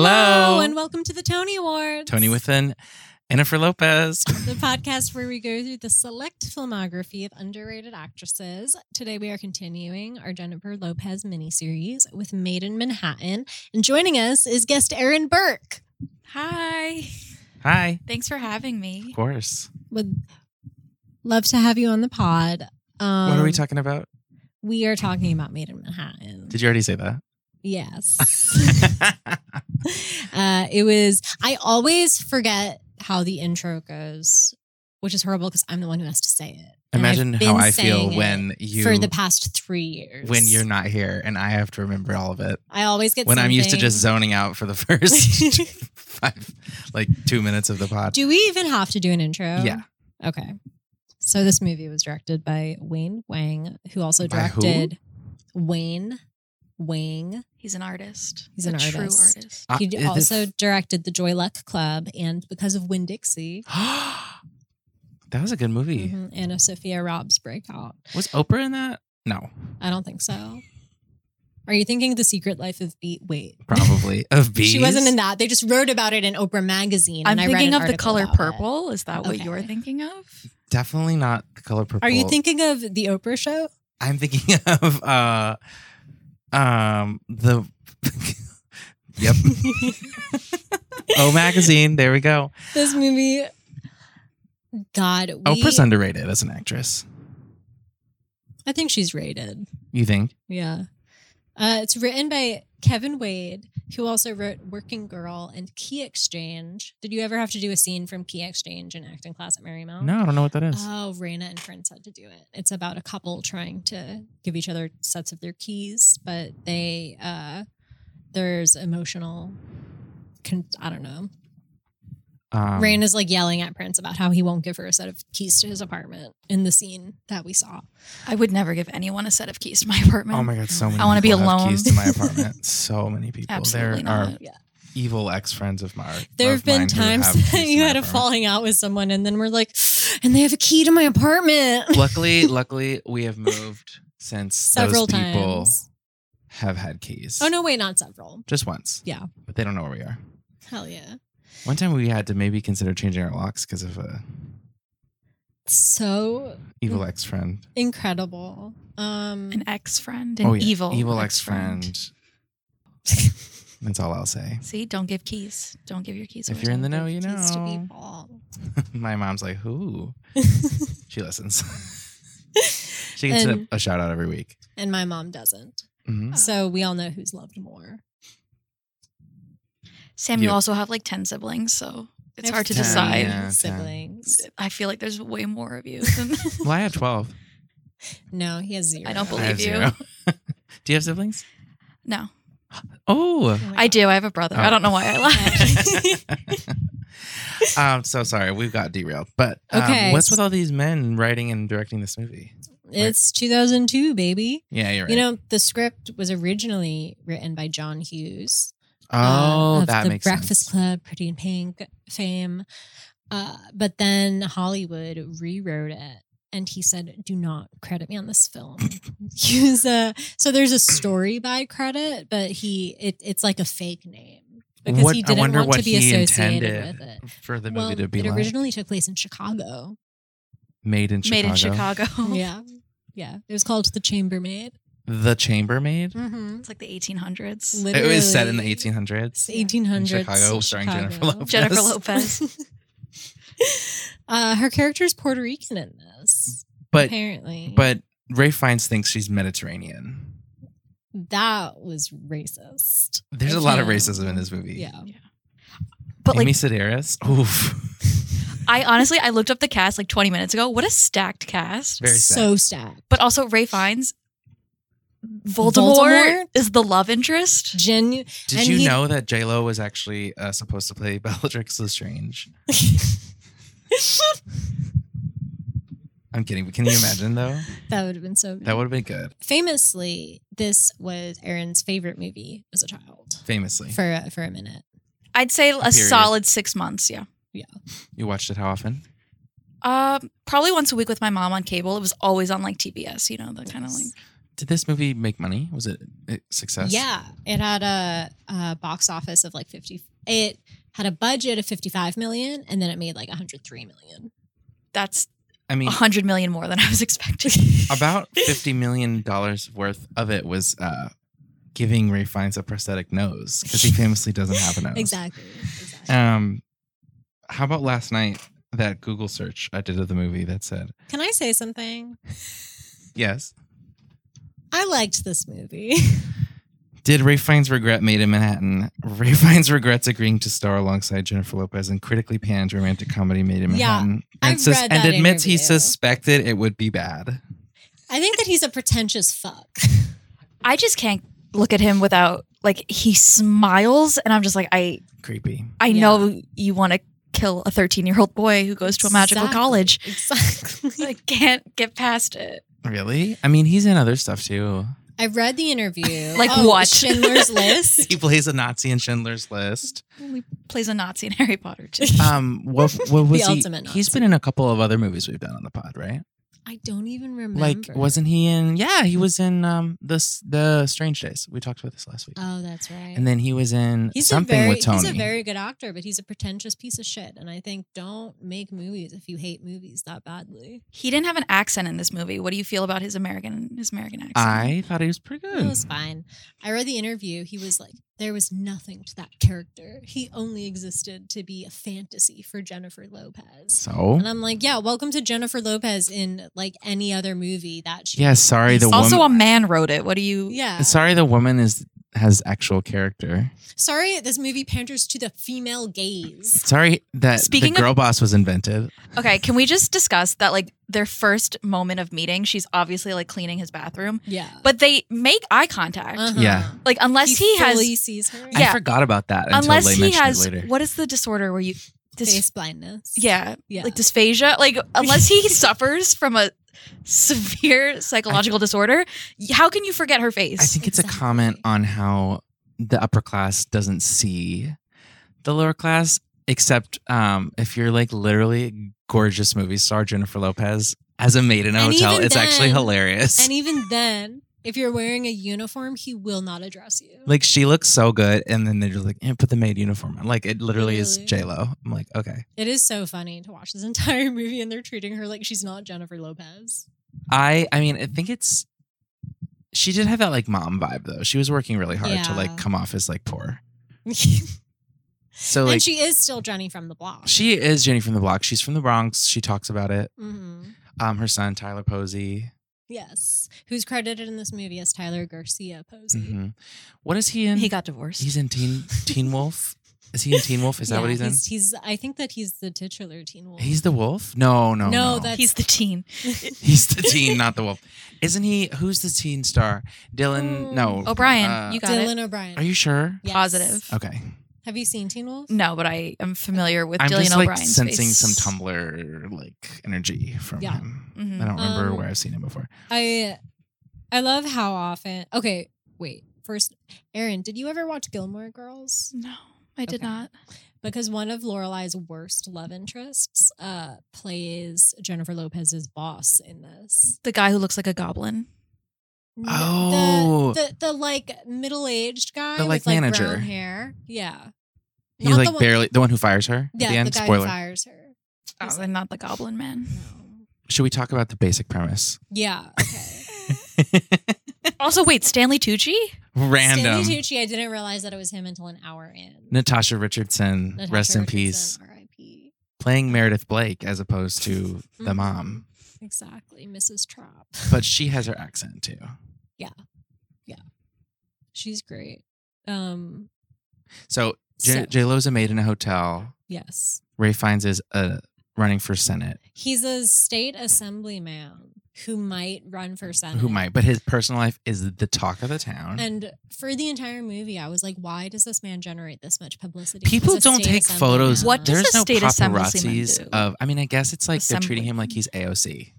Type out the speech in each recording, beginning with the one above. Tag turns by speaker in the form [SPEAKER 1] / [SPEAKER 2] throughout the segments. [SPEAKER 1] Hello.
[SPEAKER 2] and welcome to the Tony Awards.
[SPEAKER 1] Tony with an Jennifer Lopez.
[SPEAKER 2] the podcast where we go through the select filmography of underrated actresses. Today we are continuing our Jennifer Lopez miniseries with Made in Manhattan, and joining us is guest Erin Burke
[SPEAKER 3] Hi.
[SPEAKER 1] Hi.
[SPEAKER 3] Thanks for having
[SPEAKER 1] Of
[SPEAKER 3] me.
[SPEAKER 1] course.
[SPEAKER 2] would love to have you on the pod. Um,
[SPEAKER 1] what are we talking about?
[SPEAKER 2] We are talking about Made in Manhattan.
[SPEAKER 1] Did you already say that?
[SPEAKER 2] yes. uh, it was I always forget how the intro goes, which is horrible because I'm the one who has to say it. And I've
[SPEAKER 1] Imagine
[SPEAKER 2] been
[SPEAKER 1] how I
[SPEAKER 2] saying
[SPEAKER 1] feel
[SPEAKER 2] it
[SPEAKER 1] when you
[SPEAKER 2] for the past three years.
[SPEAKER 1] when you're not here and I have to remember all of it.
[SPEAKER 2] I always get
[SPEAKER 1] When I'm used to
[SPEAKER 2] something-
[SPEAKER 1] just zoning out for the first five like two minutes of the pod.
[SPEAKER 2] Do we even have to do an intro?
[SPEAKER 1] Yeah.
[SPEAKER 2] Okay. So this movie was directed by Wayne Wang, who also
[SPEAKER 1] By who?
[SPEAKER 2] directed Wayne Wang.
[SPEAKER 3] He's an artist.
[SPEAKER 2] He's an
[SPEAKER 3] a true
[SPEAKER 2] artist.
[SPEAKER 3] artist.
[SPEAKER 1] Uh,
[SPEAKER 2] He
[SPEAKER 1] is it-
[SPEAKER 2] also directed The Joy Luck Club and Because of Win Dixie
[SPEAKER 1] that was a good movie.
[SPEAKER 2] mhm, Anna Sophia Robb's breakout.
[SPEAKER 1] Was Oprah in that? No,
[SPEAKER 2] I don't think so. Are you thinking The Secret Life of Beat? Wait.
[SPEAKER 1] probably of bees.
[SPEAKER 2] She wasn't in that. They just wrote about it in Oprah magazine.
[SPEAKER 3] I'm
[SPEAKER 2] and I read
[SPEAKER 3] thinking
[SPEAKER 2] an
[SPEAKER 3] of the
[SPEAKER 2] article
[SPEAKER 3] color
[SPEAKER 2] about it.
[SPEAKER 3] purple. Is that what
[SPEAKER 2] Okay.
[SPEAKER 3] you're thinking of?
[SPEAKER 1] Definitely not the color purple.
[SPEAKER 2] Are you thinking of the Oprah show?
[SPEAKER 1] I'm thinking of uh um the Yep. o magazine. There we go.
[SPEAKER 2] this movie. God, we,
[SPEAKER 1] Oprah's underrated as an actress.
[SPEAKER 2] I think she's rated.
[SPEAKER 1] You think?
[SPEAKER 2] Yeah. Uh, it's written by Kevin Wade, who also wrote Working Girl and Key Exchange. Did you ever have to do a scene from Key Exchange in acting class at Marymount?
[SPEAKER 1] No, I don't know what that is.
[SPEAKER 2] Oh, Raina and Prince had to do it. It's about a couple trying to give each other sets of their keys, but they uh there's emotional con- I don't know.
[SPEAKER 1] Um,
[SPEAKER 2] Raina's like yelling at Prince about how he won't give her a set of keys to his apartment in the scene that we saw.
[SPEAKER 3] I would never give anyone a set of keys to my apartment.
[SPEAKER 1] Oh my god, so many.
[SPEAKER 3] I wanna be
[SPEAKER 1] people have
[SPEAKER 3] alone.
[SPEAKER 1] Keys to my apartment. so many people.
[SPEAKER 3] Absolutely
[SPEAKER 1] there
[SPEAKER 3] not.
[SPEAKER 1] are
[SPEAKER 2] Yeah.
[SPEAKER 1] evil ex friends of mine.
[SPEAKER 2] There have
[SPEAKER 1] of mine
[SPEAKER 2] been
[SPEAKER 1] who have
[SPEAKER 2] times
[SPEAKER 1] keys to
[SPEAKER 2] that you
[SPEAKER 1] my
[SPEAKER 2] had a
[SPEAKER 1] apartment.
[SPEAKER 2] falling out with someone and then we're like, and they have a key to my apartment.
[SPEAKER 1] Luckily, luckily, we have moved since
[SPEAKER 2] Several
[SPEAKER 1] those people
[SPEAKER 2] times.
[SPEAKER 1] have had keys.
[SPEAKER 2] Oh no, wait, not several.
[SPEAKER 1] just once.
[SPEAKER 2] Yeah.
[SPEAKER 1] but they don't know where we are.
[SPEAKER 2] Hell yeah.
[SPEAKER 1] One time we had to maybe consider changing our locks because of a
[SPEAKER 2] So
[SPEAKER 1] evil ex friend.
[SPEAKER 2] incredible. Um
[SPEAKER 3] An ex friend, an evil,
[SPEAKER 1] Oh, evil ex friend. That's all I'll say.
[SPEAKER 3] See, don't give keys. Don't give your keys.
[SPEAKER 1] If
[SPEAKER 3] away.
[SPEAKER 1] you're in the know,
[SPEAKER 2] give
[SPEAKER 1] you
[SPEAKER 2] keys to
[SPEAKER 1] know.
[SPEAKER 2] people.
[SPEAKER 1] My mom's like, who? She listens. she gets
[SPEAKER 2] And-
[SPEAKER 1] a, a shout out every week.
[SPEAKER 2] and my mom doesn't.
[SPEAKER 1] Mhm.
[SPEAKER 2] So we all know who's loved more.
[SPEAKER 3] Sam,
[SPEAKER 1] Yeah.
[SPEAKER 3] you also have like ten siblings, so it's
[SPEAKER 2] I have
[SPEAKER 3] hard to
[SPEAKER 1] ten,
[SPEAKER 3] decide.
[SPEAKER 1] yeah. uh,
[SPEAKER 2] siblings.
[SPEAKER 3] I feel like there's way more of you than
[SPEAKER 1] Well, I have 12.
[SPEAKER 2] No, he has zero.
[SPEAKER 3] I don't
[SPEAKER 1] I have
[SPEAKER 3] believe you.
[SPEAKER 1] zero. Do you have siblings?
[SPEAKER 3] no.
[SPEAKER 1] Oh.
[SPEAKER 3] I do. I have a brother. I don't know why I laughed.
[SPEAKER 1] I'm Um, so sorry. We've got derailed. But um,
[SPEAKER 2] Okay.
[SPEAKER 1] what's with all these men writing and directing this movie?
[SPEAKER 2] It's 2002, baby.
[SPEAKER 1] Yeah, you're right.
[SPEAKER 2] You know, the script was originally written by John Hughes.
[SPEAKER 1] oh,
[SPEAKER 2] uh, of
[SPEAKER 1] that
[SPEAKER 2] the
[SPEAKER 1] makes
[SPEAKER 2] Breakfast
[SPEAKER 1] sense.
[SPEAKER 2] Club, Pretty in Pink fame. Uh, but then Hollywood rewrote it. And he said, "Do not credit me on this film." he was, uh, so there's a story by credit, but he it, it's like a fake name because
[SPEAKER 1] What-
[SPEAKER 2] he
[SPEAKER 1] I
[SPEAKER 2] didn't
[SPEAKER 1] wonder
[SPEAKER 2] want
[SPEAKER 1] what
[SPEAKER 2] to be
[SPEAKER 1] he
[SPEAKER 2] associated
[SPEAKER 1] intended.
[SPEAKER 2] with it.
[SPEAKER 1] For the movie
[SPEAKER 2] well,
[SPEAKER 1] to be
[SPEAKER 2] it
[SPEAKER 1] like
[SPEAKER 2] originally took place in Chicago.
[SPEAKER 1] made in Chicago.
[SPEAKER 3] Made in Chicago.
[SPEAKER 1] Oh.
[SPEAKER 2] Yeah, yeah. It was called The Chambermaid.
[SPEAKER 1] The Chambermaid.
[SPEAKER 2] Mm-hmm.
[SPEAKER 3] It's like the 1800s.
[SPEAKER 1] It was set in the 1800s.
[SPEAKER 2] It's 1800s.
[SPEAKER 1] In Chicago, starring Jennifer Lopez.
[SPEAKER 3] Jennifer Lopez.
[SPEAKER 2] uh, her character's Puerto Rican in this,
[SPEAKER 1] But
[SPEAKER 2] apparently.
[SPEAKER 1] but Ray Fiennes thinks she's Mediterranean.
[SPEAKER 2] that was racist.
[SPEAKER 1] There's a
[SPEAKER 2] I
[SPEAKER 1] lot of
[SPEAKER 2] can't-
[SPEAKER 1] racism in this movie.
[SPEAKER 2] Yeah.
[SPEAKER 3] But
[SPEAKER 1] Amy
[SPEAKER 3] like,
[SPEAKER 1] Sedaris. Oof.
[SPEAKER 3] I honestly, I looked up the cast like 20 minutes ago. What a stacked cast.
[SPEAKER 1] Very sad.
[SPEAKER 2] so stacked.
[SPEAKER 3] But also, Ray Fiennes, Voldemort,
[SPEAKER 2] Voldemort?
[SPEAKER 3] is the love interest.
[SPEAKER 2] Genu-
[SPEAKER 1] Did
[SPEAKER 2] And
[SPEAKER 1] you
[SPEAKER 2] he-
[SPEAKER 1] know that J Lo was actually uh, supposed to play Bellatrix Lestrange? I'm kidding. But can you imagine though?
[SPEAKER 2] that would have been so good.
[SPEAKER 1] That would have been good.
[SPEAKER 2] Famously, this was Aaron's favorite movie as a child
[SPEAKER 1] Famously,
[SPEAKER 2] for a, for a minute.
[SPEAKER 3] I'd say a
[SPEAKER 1] Period.
[SPEAKER 3] solid six months. Yeah. Uh,
[SPEAKER 1] you watched it how often?
[SPEAKER 3] Um, probably once a week with my mom on cable. It was always on like TBS, you know, the kind of like
[SPEAKER 1] Did this movie make money? Was it a success?
[SPEAKER 2] Yeah, it had a, a box office of like 50. It had a budget of 55 million and then it made like 103 million.
[SPEAKER 3] That's
[SPEAKER 1] I mean,
[SPEAKER 3] 100 million more than I was expecting.
[SPEAKER 1] about fifty million dollars worth of it was uh, giving Ray Fiennes a prosthetic nose because he famously doesn't have a nose.
[SPEAKER 2] Exactly. exactly.
[SPEAKER 1] Um, how about last night that Google search I did of the movie that said
[SPEAKER 2] Can I say something?
[SPEAKER 1] yes.
[SPEAKER 2] I liked this movie.
[SPEAKER 1] Did Ray Fiennes regret Made in Manhattan? Ray Fiennes regrets agreeing to star alongside Jennifer Lopez in critically panned romantic comedy Made in
[SPEAKER 2] Yeah,
[SPEAKER 1] Manhattan.
[SPEAKER 2] I've
[SPEAKER 1] and, sus-
[SPEAKER 2] read
[SPEAKER 1] and
[SPEAKER 2] that
[SPEAKER 1] admits he
[SPEAKER 2] interview.
[SPEAKER 1] suspected it would be bad.
[SPEAKER 2] I think that he's a pretentious fuck.
[SPEAKER 3] I just can't look at him without like he smiles and I'm just like I
[SPEAKER 1] Creepy.
[SPEAKER 3] I
[SPEAKER 2] Yeah.
[SPEAKER 3] know you want to kill a 13-year-old boy who goes to a magical
[SPEAKER 2] Exactly.
[SPEAKER 3] college.
[SPEAKER 2] Exactly.
[SPEAKER 3] I can't get past it.
[SPEAKER 1] Really? I mean, he's in other stuff too.
[SPEAKER 2] I read the interview.
[SPEAKER 3] Like
[SPEAKER 2] Oh,
[SPEAKER 3] what?
[SPEAKER 2] Schindler's List.
[SPEAKER 1] He plays a Nazi in Schindler's List.
[SPEAKER 3] He plays a Nazi in Harry Potter too.
[SPEAKER 1] Um, what, what was he?
[SPEAKER 2] ultimate
[SPEAKER 1] He's been in a couple of other movies we've done on the pod, right?
[SPEAKER 2] I don't even remember.
[SPEAKER 1] Like, wasn't he in? Yeah, he was in um the s- the Strange Days. We talked about this last week.
[SPEAKER 2] Oh, that's right.
[SPEAKER 1] and then he was in
[SPEAKER 2] he's
[SPEAKER 1] something
[SPEAKER 2] a very,
[SPEAKER 1] with Tony.
[SPEAKER 2] He's a very good actor, but he's a pretentious piece of shit. And I think don't make movies if you hate movies that badly.
[SPEAKER 3] He didn't have an accent in this movie. What do you feel about his American his American accent?
[SPEAKER 1] I thought he was pretty good.
[SPEAKER 2] It was fine. I read the interview. He was like, there was nothing to that character. He only existed to be a fantasy for Jennifer Lopez.
[SPEAKER 1] so
[SPEAKER 2] And I'm like, yeah, welcome to Jennifer Lopez in like any other movie that she.
[SPEAKER 1] yeah, sorry the
[SPEAKER 3] also
[SPEAKER 1] woman.
[SPEAKER 3] a man wrote it. What do you
[SPEAKER 2] Yeah.
[SPEAKER 1] sorry the woman is has actual character.
[SPEAKER 2] Sorry, this movie panders to the female gaze.
[SPEAKER 1] Sorry that
[SPEAKER 3] Speaking
[SPEAKER 1] the
[SPEAKER 3] of-
[SPEAKER 1] girl boss was invented.
[SPEAKER 3] Okay, can we just discuss that like their first moment of meeting, she's obviously like cleaning his bathroom,
[SPEAKER 2] Yeah.
[SPEAKER 3] but they make eye contact.
[SPEAKER 2] Uh-huh.
[SPEAKER 1] Yeah.
[SPEAKER 3] Like unless he,
[SPEAKER 2] fully
[SPEAKER 3] has
[SPEAKER 2] sees her.
[SPEAKER 1] I
[SPEAKER 3] Yeah.
[SPEAKER 1] forgot about that until
[SPEAKER 3] unless
[SPEAKER 1] they
[SPEAKER 3] he
[SPEAKER 1] mentioned
[SPEAKER 3] has
[SPEAKER 1] it later.
[SPEAKER 3] what is the disorder where you dys,
[SPEAKER 2] Face blindness.
[SPEAKER 3] yeah,
[SPEAKER 2] Yeah.
[SPEAKER 3] like dysphagia, like unless he suffers from a severe psychological disorder, y- how can you forget her face?
[SPEAKER 1] I think it's
[SPEAKER 2] Exactly.
[SPEAKER 1] a comment on how the upper class doesn't see the lower class, except um, if you're like literally a gorgeous movie star Jennifer Lopez as a maid in a
[SPEAKER 2] And
[SPEAKER 1] hotel,
[SPEAKER 2] even
[SPEAKER 1] it's actually
[SPEAKER 2] then-
[SPEAKER 1] hilarious.
[SPEAKER 2] And even then, if you're wearing a uniform, he will not address you.
[SPEAKER 1] like she looks so good, and then they're just like, eh, put the maid uniform on. Like it literally is
[SPEAKER 2] Literally.
[SPEAKER 1] J Lo. I'm like, okay.
[SPEAKER 2] It is so funny to watch this entire movie and they're treating her like she's not Jennifer Lopez.
[SPEAKER 1] I I mean, I think it's she did have that like mom vibe though. She was working really hard to
[SPEAKER 2] Yeah.
[SPEAKER 1] like come off as like poor.
[SPEAKER 2] and
[SPEAKER 1] So like she,
[SPEAKER 2] she is still Jenny from the block.
[SPEAKER 1] is Jenny from the block. She's from the Bronx. She talks about it.
[SPEAKER 2] Mhm.
[SPEAKER 1] Um, her son Tyler Posey.
[SPEAKER 2] Yes. Who's credited in this movie as Tyler Garcia Posey.
[SPEAKER 1] Mhm. What is he in?
[SPEAKER 3] he got divorced.
[SPEAKER 1] he's in Teen Teen Wolf. Is he in Teen Wolf? Is that
[SPEAKER 2] Yeah,
[SPEAKER 1] what he's,
[SPEAKER 2] he's, He's I think that he's the titular teen wolf.
[SPEAKER 1] in? He's the wolf? No, no, no.
[SPEAKER 2] No, that's-
[SPEAKER 3] He's the teen.
[SPEAKER 1] he's the teen, not the wolf. Isn't he? Who's the teen star? Dylan?
[SPEAKER 2] Oh.
[SPEAKER 1] No,
[SPEAKER 3] O'Brien,
[SPEAKER 1] Uh,
[SPEAKER 3] you got it.
[SPEAKER 2] Dylan O'Brien.
[SPEAKER 1] Are you sure?
[SPEAKER 2] Yes.
[SPEAKER 3] Positive.
[SPEAKER 1] Okay,
[SPEAKER 2] Have you seen Teen Wolf?
[SPEAKER 3] No, but I am familiar with
[SPEAKER 1] I'm
[SPEAKER 3] Dylan
[SPEAKER 1] just like
[SPEAKER 3] O'Brien's
[SPEAKER 1] sensing
[SPEAKER 3] face.
[SPEAKER 1] some Tumblr like energy from
[SPEAKER 2] Yeah.
[SPEAKER 1] him.
[SPEAKER 3] Mhm.
[SPEAKER 1] I don't remember
[SPEAKER 2] Um,
[SPEAKER 1] where I've seen him before.
[SPEAKER 2] I I love how often. Okay, wait. First, Erin, did you ever watch Gilmore Girls?
[SPEAKER 3] No, I did
[SPEAKER 2] Okay.
[SPEAKER 3] not.
[SPEAKER 2] Because one of Lorelai's worst love interests uh, plays Jennifer Lopez's boss in this.
[SPEAKER 3] The guy who looks like a goblin.
[SPEAKER 2] N-
[SPEAKER 1] Oh.
[SPEAKER 2] the the, the like middle aged guy
[SPEAKER 1] The, like,
[SPEAKER 2] with like
[SPEAKER 1] manager.
[SPEAKER 2] brown hair. Yeah,
[SPEAKER 1] He's
[SPEAKER 2] Not
[SPEAKER 1] like
[SPEAKER 2] the one-
[SPEAKER 1] barely the one who fires her
[SPEAKER 2] yeah.
[SPEAKER 1] at the
[SPEAKER 2] The,
[SPEAKER 1] end.
[SPEAKER 2] guy who
[SPEAKER 1] Spoiler.
[SPEAKER 2] fires her.
[SPEAKER 3] Oh,
[SPEAKER 2] He's
[SPEAKER 3] and not the goblin man.
[SPEAKER 2] No.
[SPEAKER 1] Should we talk about the basic premise?
[SPEAKER 2] Yeah. Okay.
[SPEAKER 3] also, wait, Stanley Tucci?
[SPEAKER 1] Random.
[SPEAKER 2] Stanley Tucci. I didn't realize that it was him until an hour in.
[SPEAKER 1] Natasha Richardson,
[SPEAKER 2] Natasha
[SPEAKER 1] rest in
[SPEAKER 2] Richardson,
[SPEAKER 1] peace.
[SPEAKER 2] R.I.P.
[SPEAKER 1] playing Meredith Blake as opposed to the
[SPEAKER 2] Mhm.
[SPEAKER 1] mom,
[SPEAKER 2] Exactly, Mrs. Trop.
[SPEAKER 1] but she has her accent too.
[SPEAKER 2] She's great. Um,
[SPEAKER 1] So
[SPEAKER 2] So-
[SPEAKER 1] J Lo's a maid in a hotel.
[SPEAKER 2] yes,
[SPEAKER 1] Ray finds is uh, running for Senate,
[SPEAKER 2] he's a state assemblyman who might run for senate.
[SPEAKER 1] who might, but his personal life is the talk of the town.
[SPEAKER 2] And for the entire movie, I was like, why does this man generate this much publicity?
[SPEAKER 1] People
[SPEAKER 2] He's a
[SPEAKER 1] don't
[SPEAKER 2] state
[SPEAKER 1] take photos.
[SPEAKER 2] assemblyman.
[SPEAKER 3] What does
[SPEAKER 1] There's
[SPEAKER 3] a
[SPEAKER 1] no
[SPEAKER 3] state assemblyman
[SPEAKER 1] paparazzis
[SPEAKER 3] do?
[SPEAKER 1] of. I mean, I guess it's like they're treating
[SPEAKER 3] Assembly.
[SPEAKER 1] him like he's AOC,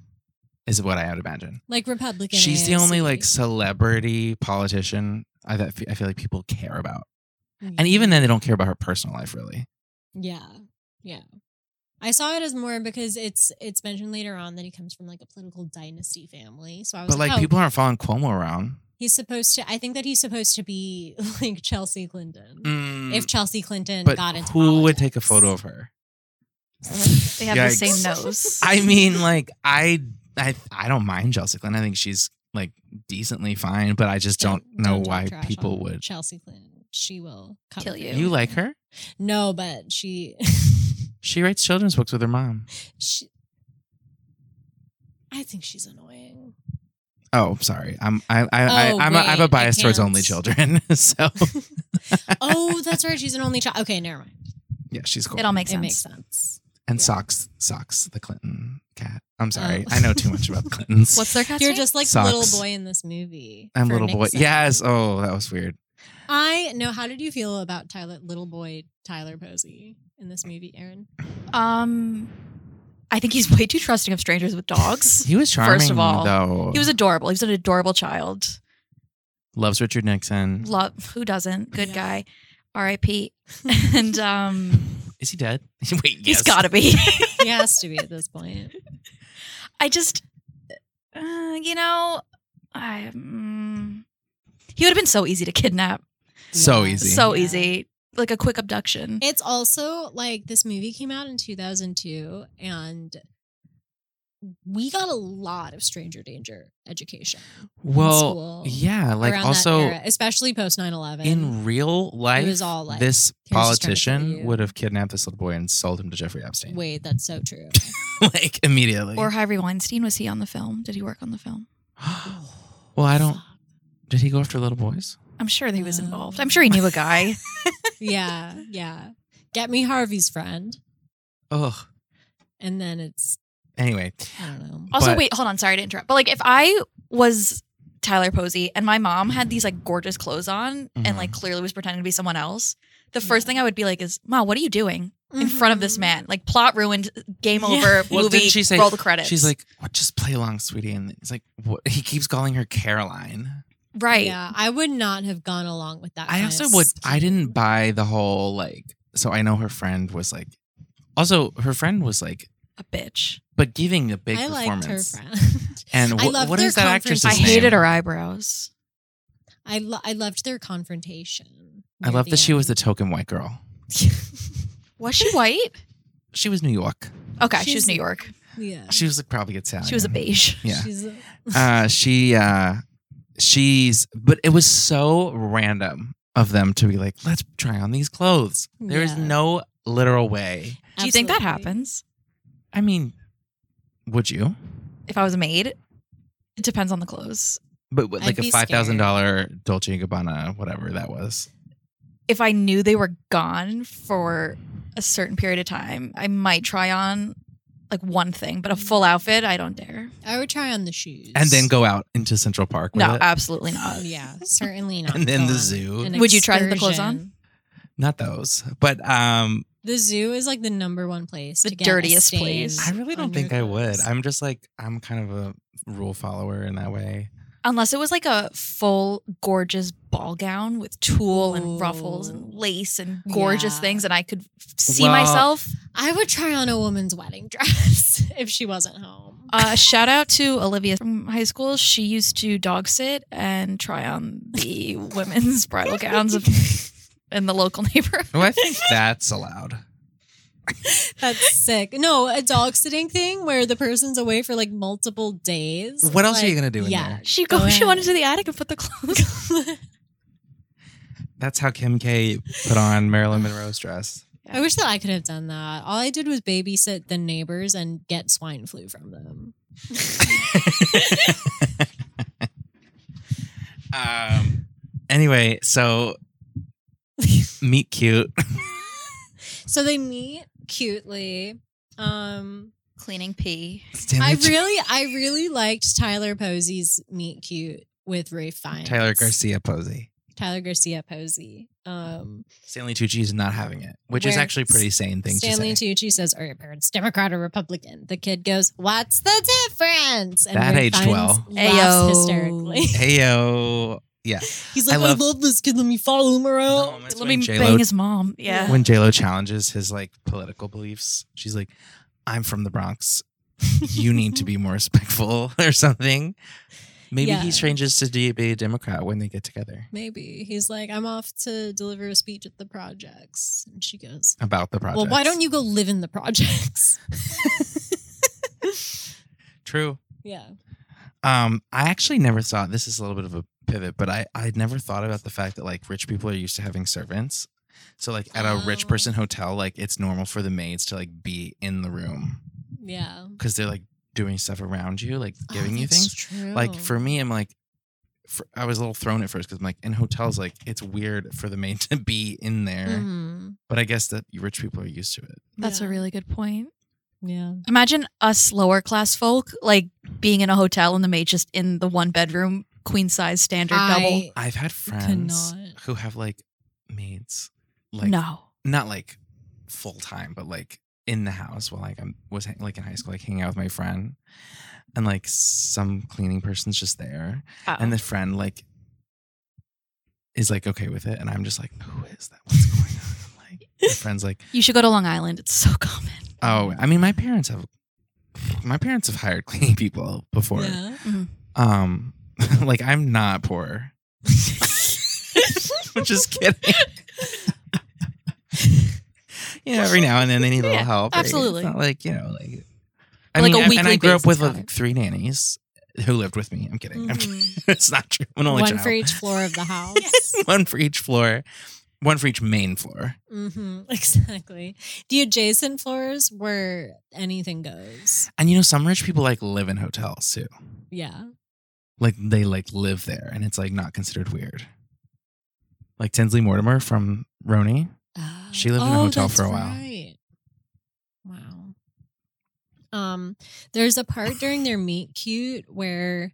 [SPEAKER 1] is what I would imagine.
[SPEAKER 2] like Republican?
[SPEAKER 1] She's the
[SPEAKER 2] AOC.
[SPEAKER 1] only like celebrity politician I, that fe- I feel like people care
[SPEAKER 2] Mm-hmm.
[SPEAKER 1] about, and even then they don't care about her personal life really.
[SPEAKER 2] yeah, yeah. I saw it as more because it's it's mentioned later on that he comes from like a political dynasty family. So I was
[SPEAKER 1] But like
[SPEAKER 2] oh,
[SPEAKER 1] people aren't following Cuomo around.
[SPEAKER 2] he's supposed to. I think that he's supposed to be like Chelsea Clinton.
[SPEAKER 1] Mm,
[SPEAKER 2] If Chelsea Clinton
[SPEAKER 1] but
[SPEAKER 2] got into
[SPEAKER 1] who would take a
[SPEAKER 2] politics.
[SPEAKER 1] photo of her?
[SPEAKER 3] They have the
[SPEAKER 1] Yikes.
[SPEAKER 3] same nose.
[SPEAKER 1] I mean, like I, I, I don't mind Chelsea Clinton. I think she's like decently fine, but I just don't, know
[SPEAKER 2] talk
[SPEAKER 1] why
[SPEAKER 2] trash
[SPEAKER 1] people
[SPEAKER 2] on
[SPEAKER 1] would.
[SPEAKER 2] Chelsea Clinton. She will come
[SPEAKER 3] Kill
[SPEAKER 2] for
[SPEAKER 3] you.
[SPEAKER 1] You like her?
[SPEAKER 2] No, but she,
[SPEAKER 1] She writes children's books with her mom.
[SPEAKER 2] she. I think she's annoying.
[SPEAKER 1] Oh, sorry. I'm I I,
[SPEAKER 2] Oh,
[SPEAKER 1] I I'm a, I have a
[SPEAKER 2] right.
[SPEAKER 1] bias
[SPEAKER 2] I
[SPEAKER 1] towards
[SPEAKER 2] can't.
[SPEAKER 1] only children. So
[SPEAKER 2] oh, that's right. She's an only child. Okay, never mind.
[SPEAKER 1] yeah, she's cool.
[SPEAKER 3] It all makes
[SPEAKER 2] It
[SPEAKER 3] sense.
[SPEAKER 2] makes sense.
[SPEAKER 1] and
[SPEAKER 2] yeah.
[SPEAKER 1] socks socks the Clinton cat. I'm sorry.
[SPEAKER 2] Oh.
[SPEAKER 1] I know too much about the Clintons.
[SPEAKER 3] What's their cat's
[SPEAKER 2] You're
[SPEAKER 3] name?
[SPEAKER 2] just like
[SPEAKER 1] Socks.
[SPEAKER 2] little boy in this movie.
[SPEAKER 1] I'm
[SPEAKER 2] for
[SPEAKER 1] little boy.
[SPEAKER 2] Nixon.
[SPEAKER 1] Yes. Oh, that was weird.
[SPEAKER 2] I know. How did you feel about Tyler, little boy Tyler Posey in this movie, Aaron?
[SPEAKER 3] um, I think he's way too trusting of strangers with dogs.
[SPEAKER 1] He was charming.
[SPEAKER 3] of all,
[SPEAKER 1] though
[SPEAKER 3] he was adorable. He was an adorable child.
[SPEAKER 1] loves Richard Nixon.
[SPEAKER 3] Love who doesn't? Good
[SPEAKER 2] Yeah.
[SPEAKER 3] guy. R.I.P. and um,
[SPEAKER 1] Is he dead? Wait, yes.
[SPEAKER 3] he's got to be.
[SPEAKER 2] He has to be at this point.
[SPEAKER 3] I just, uh, you know, I. mm, he would have been so easy to kidnap.
[SPEAKER 1] So
[SPEAKER 2] Yeah.
[SPEAKER 1] easy.
[SPEAKER 3] So
[SPEAKER 2] Yeah.
[SPEAKER 3] easy, like a quick abduction.
[SPEAKER 2] It's also like this movie came out in 2002 and we got a lot of stranger danger education.
[SPEAKER 1] well,
[SPEAKER 2] school
[SPEAKER 1] yeah. Like
[SPEAKER 2] around that
[SPEAKER 1] also
[SPEAKER 2] era, especially post 9 11.
[SPEAKER 1] in real life,
[SPEAKER 2] was all like,
[SPEAKER 1] this
[SPEAKER 2] "Here's who's trying to kill you."
[SPEAKER 1] politician would have kidnapped this little boy and sold him to Jeffrey Epstein.
[SPEAKER 2] Wait, that's so true.
[SPEAKER 1] like immediately.
[SPEAKER 3] Or Harvey Weinstein was he on the film? Did he work on the film?
[SPEAKER 1] well, I don't. Did he go after little boys?
[SPEAKER 3] I'm sure he was
[SPEAKER 2] No.
[SPEAKER 3] involved. I'm sure he knew a guy.
[SPEAKER 2] yeah, yeah. Get me Harvey's friend.
[SPEAKER 1] Ugh.
[SPEAKER 2] And then it's,
[SPEAKER 1] Anyway,
[SPEAKER 2] I don't know.
[SPEAKER 3] Also,
[SPEAKER 1] But-
[SPEAKER 3] wait, hold on. Sorry to interrupt. But like, if I was Tyler Posey and my mom had these like gorgeous clothes on and
[SPEAKER 1] Mhm.
[SPEAKER 3] like clearly was pretending to be someone else, the
[SPEAKER 2] Yeah. Mm-hmm,
[SPEAKER 3] first thing I would be like is, "Mom, what are you doing in front of this man? Like, plot ruined. Game
[SPEAKER 2] Yeah.
[SPEAKER 3] over.
[SPEAKER 1] Well,
[SPEAKER 3] movie.
[SPEAKER 1] didn't she say-
[SPEAKER 3] roll the credits."
[SPEAKER 1] she's like, "What? Just play along, sweetie." And it's like, what? he keeps calling her Caroline.
[SPEAKER 3] "Right."
[SPEAKER 2] Yeah, I would not have gone along with that.
[SPEAKER 1] I
[SPEAKER 2] kind of
[SPEAKER 1] also would. I
[SPEAKER 2] scheme.
[SPEAKER 1] didn't buy the whole like. So I know her friend was like. Also, her friend was like,
[SPEAKER 3] A bitch.
[SPEAKER 1] but giving a big
[SPEAKER 2] I liked her
[SPEAKER 1] performance.
[SPEAKER 2] friend.
[SPEAKER 1] And
[SPEAKER 2] I
[SPEAKER 1] what-
[SPEAKER 2] loved
[SPEAKER 1] what
[SPEAKER 2] their
[SPEAKER 1] is that actress's
[SPEAKER 2] confrontation.
[SPEAKER 3] I
[SPEAKER 1] His name.
[SPEAKER 3] hated her eyebrows.
[SPEAKER 2] I lo- I loved their confrontation.
[SPEAKER 1] I love that she was the token white girl.
[SPEAKER 3] Was she white?
[SPEAKER 1] She was New York.
[SPEAKER 3] Okay, she
[SPEAKER 2] She's-
[SPEAKER 3] was New York.
[SPEAKER 2] yeah.
[SPEAKER 1] She was like probably Italian.
[SPEAKER 3] She was a beige.
[SPEAKER 1] Yeah.
[SPEAKER 2] She's a-
[SPEAKER 1] uh, she uh, she's but it was so random of them to be like let's try on these clothes There is
[SPEAKER 2] Yeah.
[SPEAKER 1] no literal way
[SPEAKER 3] Do you think that
[SPEAKER 2] Absolutely.
[SPEAKER 3] happens?
[SPEAKER 1] i mean would you
[SPEAKER 3] If I was a maid, it depends on the clothes.
[SPEAKER 1] but what,
[SPEAKER 2] I'd
[SPEAKER 1] like a
[SPEAKER 2] be
[SPEAKER 1] five thousand dollar dolce and gabbana whatever that was
[SPEAKER 3] if I knew they were gone for a certain period of time, I might try on like one thing, but a full outfit, I don't dare.
[SPEAKER 2] I would try on the shoes Oh,
[SPEAKER 1] and then go out into central park with
[SPEAKER 3] No,
[SPEAKER 1] it.
[SPEAKER 3] absolutely not.
[SPEAKER 2] Yeah, certainly not.
[SPEAKER 1] And then
[SPEAKER 2] Go
[SPEAKER 1] the
[SPEAKER 2] on
[SPEAKER 1] zoo.
[SPEAKER 2] an
[SPEAKER 3] Would you try the clothes
[SPEAKER 2] excursion.
[SPEAKER 3] on?
[SPEAKER 1] not those but um
[SPEAKER 2] The zoo is like the number one place.
[SPEAKER 3] The
[SPEAKER 2] to get
[SPEAKER 3] dirtiest
[SPEAKER 2] a stain
[SPEAKER 3] place.
[SPEAKER 1] i really
[SPEAKER 2] on
[SPEAKER 1] don't
[SPEAKER 2] your
[SPEAKER 1] think i would
[SPEAKER 2] clothes.
[SPEAKER 1] i'm just like i'm kind of a rule follower in that way
[SPEAKER 3] Unless it was like a full, gorgeous ball gown with tulle and ruffles and
[SPEAKER 2] Ooh.
[SPEAKER 3] lace and gorgeous
[SPEAKER 2] Yeah.
[SPEAKER 3] things, and I could see
[SPEAKER 1] Well-
[SPEAKER 3] myself.
[SPEAKER 2] I would try on a woman's wedding dress if she wasn't home.
[SPEAKER 3] Uh, shout out to Olivia from high school. She used to dog sit and try on the women's bridal gowns of, in the local neighborhood.
[SPEAKER 1] oh i think that's allowed
[SPEAKER 2] That's sick. No, a dog sitting thing where the person's away for like multiple days.
[SPEAKER 1] What else are
[SPEAKER 2] Like,
[SPEAKER 1] you gonna do in
[SPEAKER 2] yeah.
[SPEAKER 1] there?
[SPEAKER 3] She
[SPEAKER 2] Go
[SPEAKER 3] go. she went
[SPEAKER 2] ahead.
[SPEAKER 3] into the attic and put the clothes on.
[SPEAKER 1] that's how kim k put on marilyn monroe's dress
[SPEAKER 2] I wish that I could have done that. All I did was babysit the neighbors and get swine flu from them.
[SPEAKER 1] um anyway so meet cute
[SPEAKER 2] So they meet cutely. Um
[SPEAKER 3] Cleaning pee.
[SPEAKER 1] Stanley
[SPEAKER 2] I
[SPEAKER 1] Ch-
[SPEAKER 2] really I really liked Tyler Posey's meet cute with Ray Fiennes.
[SPEAKER 1] tyler garcia posey
[SPEAKER 2] Tyler Garcia Posey. Um
[SPEAKER 1] stanley tucci is not having it which is
[SPEAKER 2] Where
[SPEAKER 1] actually a pretty sane thing
[SPEAKER 2] Stanley
[SPEAKER 1] to say
[SPEAKER 2] Tucci says, Are your parents Democrat or Republican? The kid goes, What's the difference? And
[SPEAKER 1] That
[SPEAKER 2] Ray
[SPEAKER 1] aged
[SPEAKER 2] Fiennes
[SPEAKER 1] well.
[SPEAKER 2] Laughs
[SPEAKER 3] Ayo.
[SPEAKER 2] hysterically.
[SPEAKER 1] hey yo Yeah.
[SPEAKER 2] He's like, I
[SPEAKER 1] I
[SPEAKER 2] love,
[SPEAKER 1] love-
[SPEAKER 2] this kid. Let me follow him around.
[SPEAKER 1] Moments
[SPEAKER 3] Let
[SPEAKER 1] when
[SPEAKER 3] me
[SPEAKER 1] J-Lo
[SPEAKER 3] bang his mom. Yeah.
[SPEAKER 1] when Lo challenges his like political beliefs, she's like, "I'm from the Bronx. You need to be more respectful or something." Maybe
[SPEAKER 2] Yeah.
[SPEAKER 1] he changes to de- be a Democrat when they get together
[SPEAKER 2] Maybe he's like, I'm off to deliver a speech at the projects, and she goes,
[SPEAKER 1] about the project.
[SPEAKER 2] Well, why don't you go live in the projects?
[SPEAKER 1] True.
[SPEAKER 2] yeah.
[SPEAKER 1] Um, I actually never thought this is a little bit of a pivot, but I I never thought about the fact that like rich people are used to having servants. So like at a
[SPEAKER 2] Oh.
[SPEAKER 1] rich person hotel, like it's normal for the maids to like be in the room
[SPEAKER 2] Yeah.
[SPEAKER 1] because they're like doing stuff around you, like giving
[SPEAKER 2] Mm-hmm. Oh,
[SPEAKER 1] you
[SPEAKER 2] that's
[SPEAKER 1] things.
[SPEAKER 2] True.
[SPEAKER 1] Like for me, I'm like, for, I was a little thrown at first because I'm like, in hotels, like it's weird for the maid to be in there,
[SPEAKER 2] Mhm.
[SPEAKER 1] but I guess that you rich people are used to it.
[SPEAKER 3] That's
[SPEAKER 2] Yeah.
[SPEAKER 3] a really good point.
[SPEAKER 2] Yeah.
[SPEAKER 3] Imagine us lower class folk like being in a hotel and the maid just in the one bedroom queen size standard double.
[SPEAKER 2] I,
[SPEAKER 1] I've had friends
[SPEAKER 2] cannot.
[SPEAKER 1] who have like maids, like
[SPEAKER 3] no.
[SPEAKER 1] not like full time, but like in the house while like I was hang- like in high school, like hanging out with my friend, and like some cleaning person's just there, and the friend like is like okay with it, and I'm just like, who is that? What's going on? I'm like, my friend's like.
[SPEAKER 3] you should go to Long Island. It's so common.
[SPEAKER 1] Oh, I mean, my parents have my parents have hired cleaning people before.
[SPEAKER 2] yeah.
[SPEAKER 1] Um, like I'm not poor. Just kidding. you know, every now and then they need a little
[SPEAKER 3] Yeah,
[SPEAKER 1] help. right? It's
[SPEAKER 3] absolutely.
[SPEAKER 1] not like you know, like I
[SPEAKER 3] Like
[SPEAKER 1] mean,
[SPEAKER 3] a
[SPEAKER 1] and- and I
[SPEAKER 3] weekly
[SPEAKER 1] grew up with
[SPEAKER 3] basis,
[SPEAKER 1] like
[SPEAKER 3] Alex.
[SPEAKER 1] three nannies who lived with me. I'm kidding. I'm
[SPEAKER 3] Mm-hmm.
[SPEAKER 1] kidding.
[SPEAKER 2] Mhm.
[SPEAKER 1] it's not true. I'm an only
[SPEAKER 2] One
[SPEAKER 1] child.
[SPEAKER 2] for each floor of the house.
[SPEAKER 1] one for each floor, one for each main floor.
[SPEAKER 2] hmm Exactly. The adjacent floors where anything goes.
[SPEAKER 1] And you know, some rich people like live in hotels too.
[SPEAKER 2] Yeah.
[SPEAKER 1] like they like live there and it's like not considered weird. Like Tinsley Mortimer from Roni. She lived in a
[SPEAKER 2] Oh,
[SPEAKER 1] hotel
[SPEAKER 2] that's
[SPEAKER 1] for a while.
[SPEAKER 2] Right. Wow. Um, there's a part during their meet cute where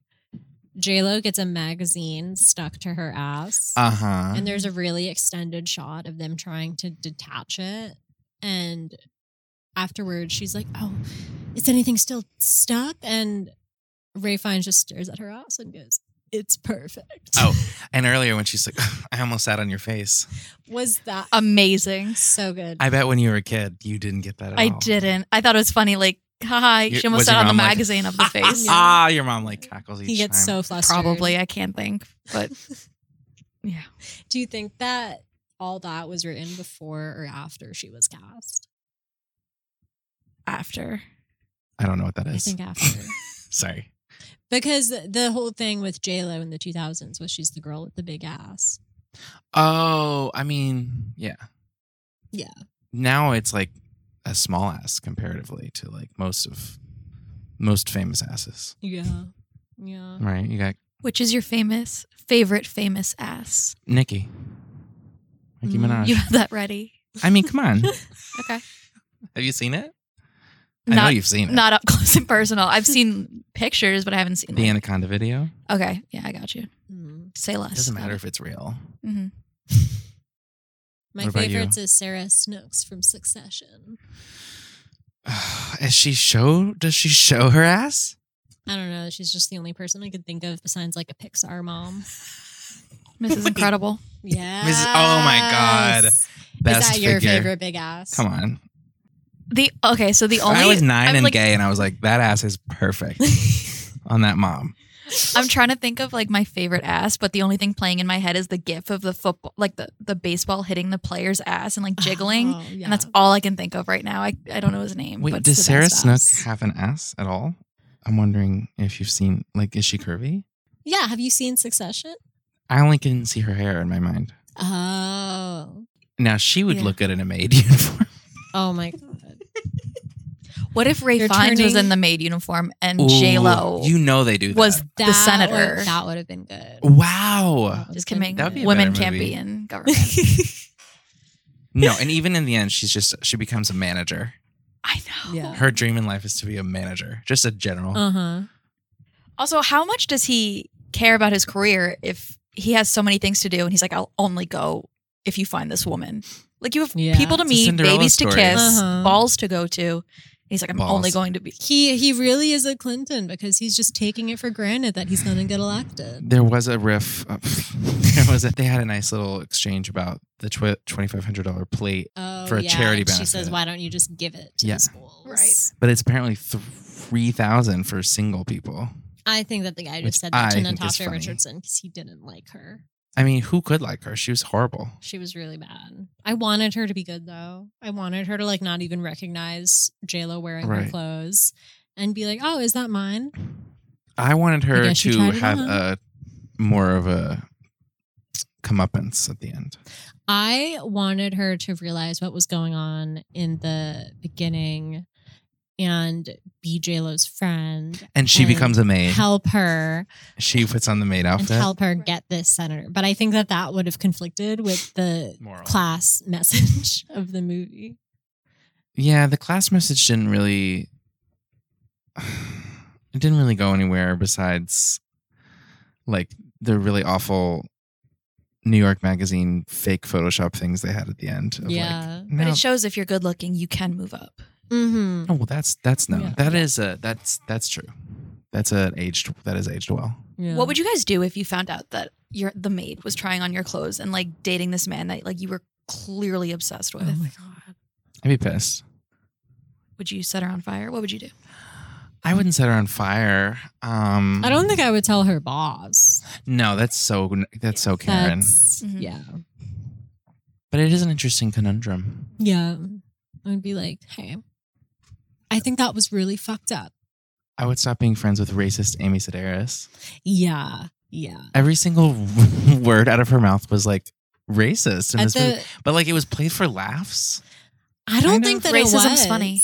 [SPEAKER 2] J Lo gets a magazine stuck to her ass,
[SPEAKER 1] Uh
[SPEAKER 3] Uh-huh.
[SPEAKER 1] huh.
[SPEAKER 2] and there's a really extended shot of them trying to detach it, and afterwards she's like, "Oh, is anything still stuck?" And Ray Fiennes just stares at her ass and goes, "It's perfect."
[SPEAKER 1] Oh. And earlier when she's like, I almost sat on your face.
[SPEAKER 2] was that
[SPEAKER 3] Um, Amazing.
[SPEAKER 2] so good?
[SPEAKER 1] I bet when you were a kid, you didn't get that at
[SPEAKER 3] I
[SPEAKER 1] all.
[SPEAKER 3] didn't. I thought it was funny. Like, haha,
[SPEAKER 1] Your-
[SPEAKER 3] she almost
[SPEAKER 1] was
[SPEAKER 3] sat
[SPEAKER 1] your
[SPEAKER 3] on the
[SPEAKER 1] mom like,
[SPEAKER 3] magazine of the face.
[SPEAKER 1] Ah, your mom like cackles each
[SPEAKER 2] he gets so
[SPEAKER 1] time.
[SPEAKER 2] flustered.
[SPEAKER 3] Probably, I can't think. But yeah.
[SPEAKER 2] Do you think that all that was written before or after she was cast?
[SPEAKER 3] After.
[SPEAKER 1] I don't know what that
[SPEAKER 2] I
[SPEAKER 1] is.
[SPEAKER 2] think after.
[SPEAKER 1] Sorry.
[SPEAKER 2] because the whole thing with JLo in the 2000s was she's the girl with the big ass.
[SPEAKER 1] Oh, I mean, yeah.
[SPEAKER 2] Yeah.
[SPEAKER 1] Now it's like a small ass comparatively to like most of most famous asses,
[SPEAKER 2] Yeah. Yeah.
[SPEAKER 3] Uh-huh.
[SPEAKER 1] right? You got
[SPEAKER 3] Which is your famous favorite famous ass?
[SPEAKER 1] Nicki. Nicki
[SPEAKER 2] Mm,
[SPEAKER 1] Minaj.
[SPEAKER 3] You have that ready.
[SPEAKER 1] I mean, come on.
[SPEAKER 3] Okay.
[SPEAKER 1] Have you seen it? I know
[SPEAKER 3] Not
[SPEAKER 1] you've seen it.
[SPEAKER 3] not up close and personal. I've seen pictures, but I haven't seen
[SPEAKER 1] the
[SPEAKER 3] like-
[SPEAKER 1] Anaconda video.
[SPEAKER 3] Okay. Yeah, I got you.
[SPEAKER 2] Mm.
[SPEAKER 3] Say less.
[SPEAKER 1] It doesn't matter if it's real.
[SPEAKER 3] Mhm.
[SPEAKER 2] My
[SPEAKER 1] What about
[SPEAKER 2] favorites is Sarah Snooks from Succession.
[SPEAKER 1] Is she show? Does she show her ass?
[SPEAKER 2] I don't know. She's just the only person I could think of besides like a Pixar mom.
[SPEAKER 3] Mrs. Incredible.
[SPEAKER 2] Yeah.
[SPEAKER 1] oh my God.
[SPEAKER 2] is
[SPEAKER 1] Best
[SPEAKER 2] that your
[SPEAKER 1] figure.
[SPEAKER 2] favorite big ass?
[SPEAKER 1] Come on.
[SPEAKER 3] The okay, so the only
[SPEAKER 1] I was 9
[SPEAKER 3] I'm
[SPEAKER 1] and
[SPEAKER 3] like-
[SPEAKER 1] gay, and I was like, that ass is perfect on that mom.
[SPEAKER 3] I'm trying to think of like my favorite ass, but the only thing playing in my head is the gif of the football, like the, the baseball hitting the player's ass and like jiggling.
[SPEAKER 2] Oh, yeah.
[SPEAKER 3] And that's all I can think of right now. I, I don't know his name.
[SPEAKER 1] Wait,
[SPEAKER 3] but
[SPEAKER 1] does
[SPEAKER 3] it's the
[SPEAKER 1] Sarah
[SPEAKER 3] best
[SPEAKER 1] Snook
[SPEAKER 3] ass.
[SPEAKER 1] have an ass at all? I'm wondering if you've seen. Like, is she curvy?
[SPEAKER 2] yeah. Have you seen Succession?
[SPEAKER 1] I only can see her hair in my mind.
[SPEAKER 2] Oh.
[SPEAKER 1] Now she would
[SPEAKER 3] Yeah.
[SPEAKER 1] look good in a maid uniform.
[SPEAKER 2] Oh my God.
[SPEAKER 3] What if Ray
[SPEAKER 2] They're
[SPEAKER 3] Fiennes was
[SPEAKER 2] turning-
[SPEAKER 3] in the maid uniform and J Lo
[SPEAKER 1] Ooh, You know they do. That.
[SPEAKER 3] was the
[SPEAKER 2] would-
[SPEAKER 3] senator?
[SPEAKER 2] that would have been good.
[SPEAKER 1] wow.
[SPEAKER 3] Just kidding.
[SPEAKER 1] That'd be a
[SPEAKER 3] Women
[SPEAKER 1] better
[SPEAKER 3] can't
[SPEAKER 1] movie.
[SPEAKER 3] be in government.
[SPEAKER 1] No, and even in the end, she's just she becomes a manager.
[SPEAKER 3] I know.
[SPEAKER 2] Yeah.
[SPEAKER 1] Her dream in life is to be a manager, just a general.
[SPEAKER 2] Uh huh.
[SPEAKER 3] Also, how much does he care about his career if he has so many things to do and he's like, I'll only go if you find this woman? Like, you have
[SPEAKER 2] Yeah.
[SPEAKER 3] people to
[SPEAKER 1] It's a
[SPEAKER 3] meet,
[SPEAKER 1] Cinderella
[SPEAKER 3] babies to
[SPEAKER 1] story.
[SPEAKER 3] kiss,
[SPEAKER 2] Uh-huh.
[SPEAKER 3] balls to go to. He's like, I'm
[SPEAKER 1] Boss.
[SPEAKER 3] only going to be.
[SPEAKER 2] He he really is a Clinton because he's just taking it for granted that he's going to get elected.
[SPEAKER 1] There was a riff. uh, there was a, they had a nice little exchange about the twi- $2,500 plate,
[SPEAKER 2] Oh,
[SPEAKER 1] For a
[SPEAKER 2] yeah.
[SPEAKER 1] charity
[SPEAKER 2] and She says,
[SPEAKER 1] benefit.
[SPEAKER 2] "Why don't you just give it to
[SPEAKER 1] Yeah.
[SPEAKER 2] the schools?"
[SPEAKER 3] Right.
[SPEAKER 1] but it's apparently 3000 for single people.
[SPEAKER 2] I think that the guy
[SPEAKER 1] Which
[SPEAKER 2] just said that
[SPEAKER 1] I
[SPEAKER 2] to
[SPEAKER 1] think is
[SPEAKER 2] Natasha
[SPEAKER 1] funny.
[SPEAKER 2] Richardson because he didn't like her.
[SPEAKER 1] I mean, who could like her? She was horrible.
[SPEAKER 2] She was really bad. I wanted her to be good though. I wanted her to like not even recognize J Lo wearing her
[SPEAKER 1] Right.
[SPEAKER 2] clothes and be like, "Oh, is that mine?"
[SPEAKER 1] I wanted her
[SPEAKER 2] guess she
[SPEAKER 1] to
[SPEAKER 2] tried it
[SPEAKER 1] have
[SPEAKER 2] on.
[SPEAKER 1] a more of a comeuppance at the end.
[SPEAKER 2] I wanted her to realize what was going on in the beginning and be J Lo's friend,
[SPEAKER 1] And she
[SPEAKER 2] And
[SPEAKER 1] becomes a maid.
[SPEAKER 2] help her,
[SPEAKER 1] she puts on the maid
[SPEAKER 2] and
[SPEAKER 1] outfit.
[SPEAKER 2] help her get this senator. But I think that that would have conflicted with the
[SPEAKER 1] Moral.
[SPEAKER 2] class message of the movie.
[SPEAKER 1] yeah, the class message didn't really it didn't really go anywhere besides like the really awful New York magazine fake Photoshop things they had at the end. Of Like,
[SPEAKER 2] yeah.
[SPEAKER 1] no,
[SPEAKER 3] But it shows if you're good looking, you can move up.
[SPEAKER 2] hmm
[SPEAKER 1] oh, well, that's that's no.
[SPEAKER 2] Yeah.
[SPEAKER 1] That is a that's that's true. That's an aged that is aged well.
[SPEAKER 2] yeah.
[SPEAKER 3] What would you guys do if you found out that your the maid was trying on your clothes and like dating this man that like you were clearly obsessed with?
[SPEAKER 2] Oh my god.
[SPEAKER 1] I'd be pissed.
[SPEAKER 3] Would you set her on fire? What would you do?
[SPEAKER 1] I wouldn't set her on fire. Um,
[SPEAKER 2] I don't think I would tell her boss.
[SPEAKER 1] No, that's so that's so Karen.
[SPEAKER 2] That's-
[SPEAKER 3] Mhm.
[SPEAKER 2] Yeah.
[SPEAKER 1] But it is an interesting conundrum.
[SPEAKER 2] Yeah. I'd be like, hey, I think that was really fucked up.
[SPEAKER 1] I would stop being friends with racist Amy Sedaris.
[SPEAKER 2] Yeah. Yeah.
[SPEAKER 1] Every single word out of her mouth was like racist, in
[SPEAKER 2] At
[SPEAKER 1] this movie.
[SPEAKER 2] the-
[SPEAKER 1] but like it was played for laughs.
[SPEAKER 2] I don't
[SPEAKER 1] kind
[SPEAKER 2] think
[SPEAKER 1] of
[SPEAKER 2] that
[SPEAKER 3] racism's
[SPEAKER 2] it was.
[SPEAKER 3] funny.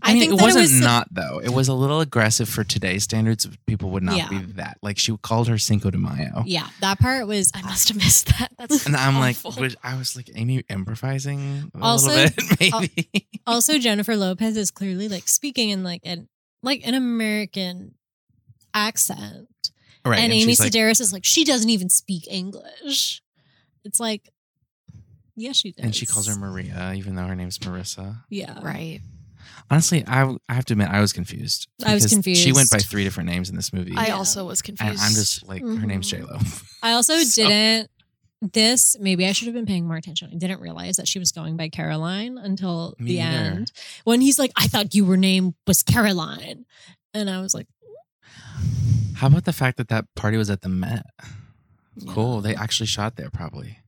[SPEAKER 2] I,
[SPEAKER 1] mean,
[SPEAKER 2] think
[SPEAKER 1] it
[SPEAKER 2] that
[SPEAKER 1] wasn't
[SPEAKER 2] it was
[SPEAKER 1] not though. It was a little aggressive for today's standards. People would not
[SPEAKER 2] Yeah.
[SPEAKER 1] be that. Like she called her Cinco de Mayo,
[SPEAKER 2] Yeah, that part was.
[SPEAKER 3] I must have missed that. That's
[SPEAKER 1] and I'm like,
[SPEAKER 3] awful.
[SPEAKER 1] was- I was like, Amy improvising a
[SPEAKER 2] Also- uh,
[SPEAKER 1] little bit, maybe.
[SPEAKER 2] Also, Jennifer Lopez is clearly like speaking in like an like an American accent,
[SPEAKER 1] right,
[SPEAKER 2] and, Amy
[SPEAKER 1] she's like,
[SPEAKER 2] Sedaris is like she doesn't even speak English. It's like, yes, she does.
[SPEAKER 1] and she calls her Maria, even though her name's Marissa.
[SPEAKER 2] Yeah,
[SPEAKER 3] right.
[SPEAKER 1] Honestly, I, I have to admit, I was confused.
[SPEAKER 2] I was
[SPEAKER 1] because She went by
[SPEAKER 2] confused.
[SPEAKER 1] three different names in this movie.
[SPEAKER 3] I
[SPEAKER 2] Yeah.
[SPEAKER 3] also was
[SPEAKER 1] and
[SPEAKER 3] confused.
[SPEAKER 1] I'm just like, her name's
[SPEAKER 2] Mhm.
[SPEAKER 1] J-Lo.
[SPEAKER 2] I also
[SPEAKER 1] So-
[SPEAKER 2] didn't. This maybe I should have been paying more attention. I didn't realize that she was going by Caroline until
[SPEAKER 1] Me
[SPEAKER 2] the
[SPEAKER 1] neither.
[SPEAKER 2] end. When he's like, "I thought you were name was Caroline," and I was like,
[SPEAKER 1] How about the fact that that party was at the Met? Cool. They actually shot there, probably.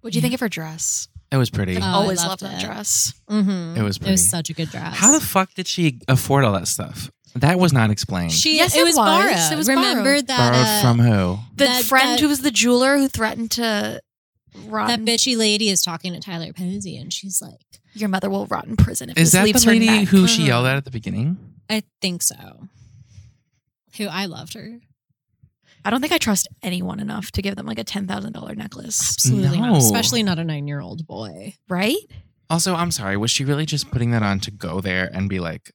[SPEAKER 3] What do you think of her dress?
[SPEAKER 1] It was pretty.
[SPEAKER 3] I've
[SPEAKER 2] Oh, I
[SPEAKER 3] always
[SPEAKER 2] loved
[SPEAKER 3] loved, that
[SPEAKER 2] it.
[SPEAKER 3] dress.
[SPEAKER 2] mm-hmm.
[SPEAKER 1] It was
[SPEAKER 2] It
[SPEAKER 1] pretty.
[SPEAKER 2] was such a good dress.
[SPEAKER 1] How the fuck did she afford all that stuff? That was not explained.
[SPEAKER 2] she?
[SPEAKER 3] Yes,
[SPEAKER 2] it,
[SPEAKER 3] it
[SPEAKER 2] was,
[SPEAKER 3] was.
[SPEAKER 2] borrowed.
[SPEAKER 3] It was
[SPEAKER 2] Remember
[SPEAKER 3] borrowed.
[SPEAKER 2] that
[SPEAKER 1] Borrowed
[SPEAKER 2] uh,
[SPEAKER 1] from who?
[SPEAKER 3] The
[SPEAKER 2] That-
[SPEAKER 3] friend
[SPEAKER 2] that-
[SPEAKER 3] who was the jeweler who threatened to rot.
[SPEAKER 2] that
[SPEAKER 3] in-
[SPEAKER 2] bitchy lady is talking to Tyler Posey, and she's like,
[SPEAKER 3] Your mother will rot in prison if
[SPEAKER 1] Is
[SPEAKER 3] this
[SPEAKER 1] that
[SPEAKER 3] leaves
[SPEAKER 1] the lady
[SPEAKER 3] her neck.
[SPEAKER 1] who she
[SPEAKER 2] Uh-huh.
[SPEAKER 1] yelled at at the beginning?
[SPEAKER 2] "I think so." Who I loved her.
[SPEAKER 3] I don't think I trust anyone enough to give them like a ten thousand dollar necklace,
[SPEAKER 2] Absolutely not.
[SPEAKER 1] No.
[SPEAKER 2] Especially not a nine-year-old boy.
[SPEAKER 3] right?
[SPEAKER 1] Also, I'm sorry. Was she really just putting that on to go there and be like,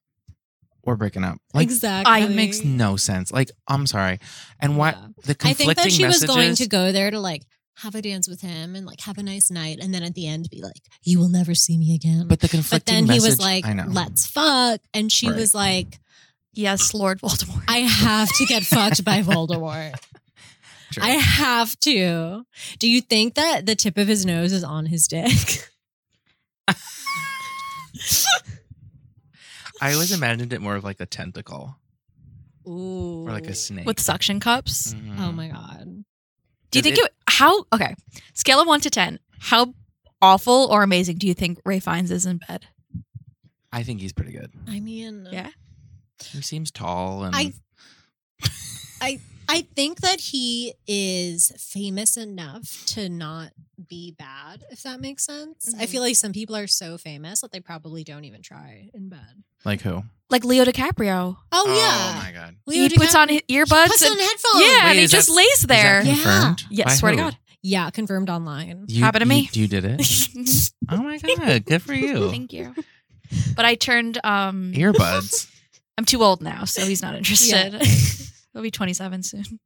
[SPEAKER 1] we're breaking up? Like,
[SPEAKER 2] exactly.
[SPEAKER 1] It makes no sense. Like, I'm sorry. And why
[SPEAKER 2] Yeah.
[SPEAKER 1] the
[SPEAKER 2] I
[SPEAKER 1] conflicting
[SPEAKER 2] think that she was
[SPEAKER 1] messages,
[SPEAKER 2] going to go there to like have a dance with him and like have a nice night, and then at the end be like, "You will never see me again."
[SPEAKER 1] But the
[SPEAKER 2] But
[SPEAKER 1] conflicting
[SPEAKER 2] then he was
[SPEAKER 1] message-
[SPEAKER 2] like,
[SPEAKER 1] I know.
[SPEAKER 2] "Let's fuck," and she
[SPEAKER 1] Right.
[SPEAKER 2] was like,
[SPEAKER 3] Yes, Lord Voldemort.
[SPEAKER 2] "I have to get fucked by Voldemort.
[SPEAKER 1] True.
[SPEAKER 2] I have to." Do you think that the tip of his nose is on his dick?
[SPEAKER 1] I always imagined it more of like a tentacle
[SPEAKER 2] Ooh,
[SPEAKER 1] or like a snake.
[SPEAKER 3] with suction cups.
[SPEAKER 1] Mhm.
[SPEAKER 2] Oh my god!
[SPEAKER 3] Do you
[SPEAKER 1] Does
[SPEAKER 3] think it, how? Okay, scale of one to ten. How awful or amazing do you think Ray Fiennes is in bed?
[SPEAKER 1] I think he's pretty good.
[SPEAKER 2] I mean,
[SPEAKER 3] Yeah.
[SPEAKER 1] He seems tall and
[SPEAKER 2] I- I think that he is famous enough to not be bad, if that makes sense. I
[SPEAKER 3] Mhm.
[SPEAKER 2] feel like some people are so famous that they probably don't even try in bed.
[SPEAKER 1] like who?
[SPEAKER 3] Like Leo DiCaprio.
[SPEAKER 2] Oh,
[SPEAKER 1] Oh
[SPEAKER 2] yeah.
[SPEAKER 1] my god.
[SPEAKER 2] Leo
[SPEAKER 3] he puts
[SPEAKER 2] DiCap-
[SPEAKER 3] on his
[SPEAKER 2] he
[SPEAKER 3] earbuds.
[SPEAKER 2] puts
[SPEAKER 3] and,
[SPEAKER 2] on headphones.
[SPEAKER 3] yeah,
[SPEAKER 1] Wait,
[SPEAKER 3] and he
[SPEAKER 1] is that-
[SPEAKER 3] just lays there.
[SPEAKER 1] Is that confirmed?
[SPEAKER 3] Yes,
[SPEAKER 1] By
[SPEAKER 3] swear to
[SPEAKER 1] who?
[SPEAKER 3] God.
[SPEAKER 2] Yeah, confirmed online.
[SPEAKER 1] You,
[SPEAKER 3] Happened to
[SPEAKER 1] you-
[SPEAKER 3] me.
[SPEAKER 1] You did it. Oh my god. Good for you.
[SPEAKER 3] Thank you. But I turned. Um,
[SPEAKER 1] Earbuds.
[SPEAKER 3] I'm too old now, so he's not interested.
[SPEAKER 2] Yeah.
[SPEAKER 3] He'll be 27 soon.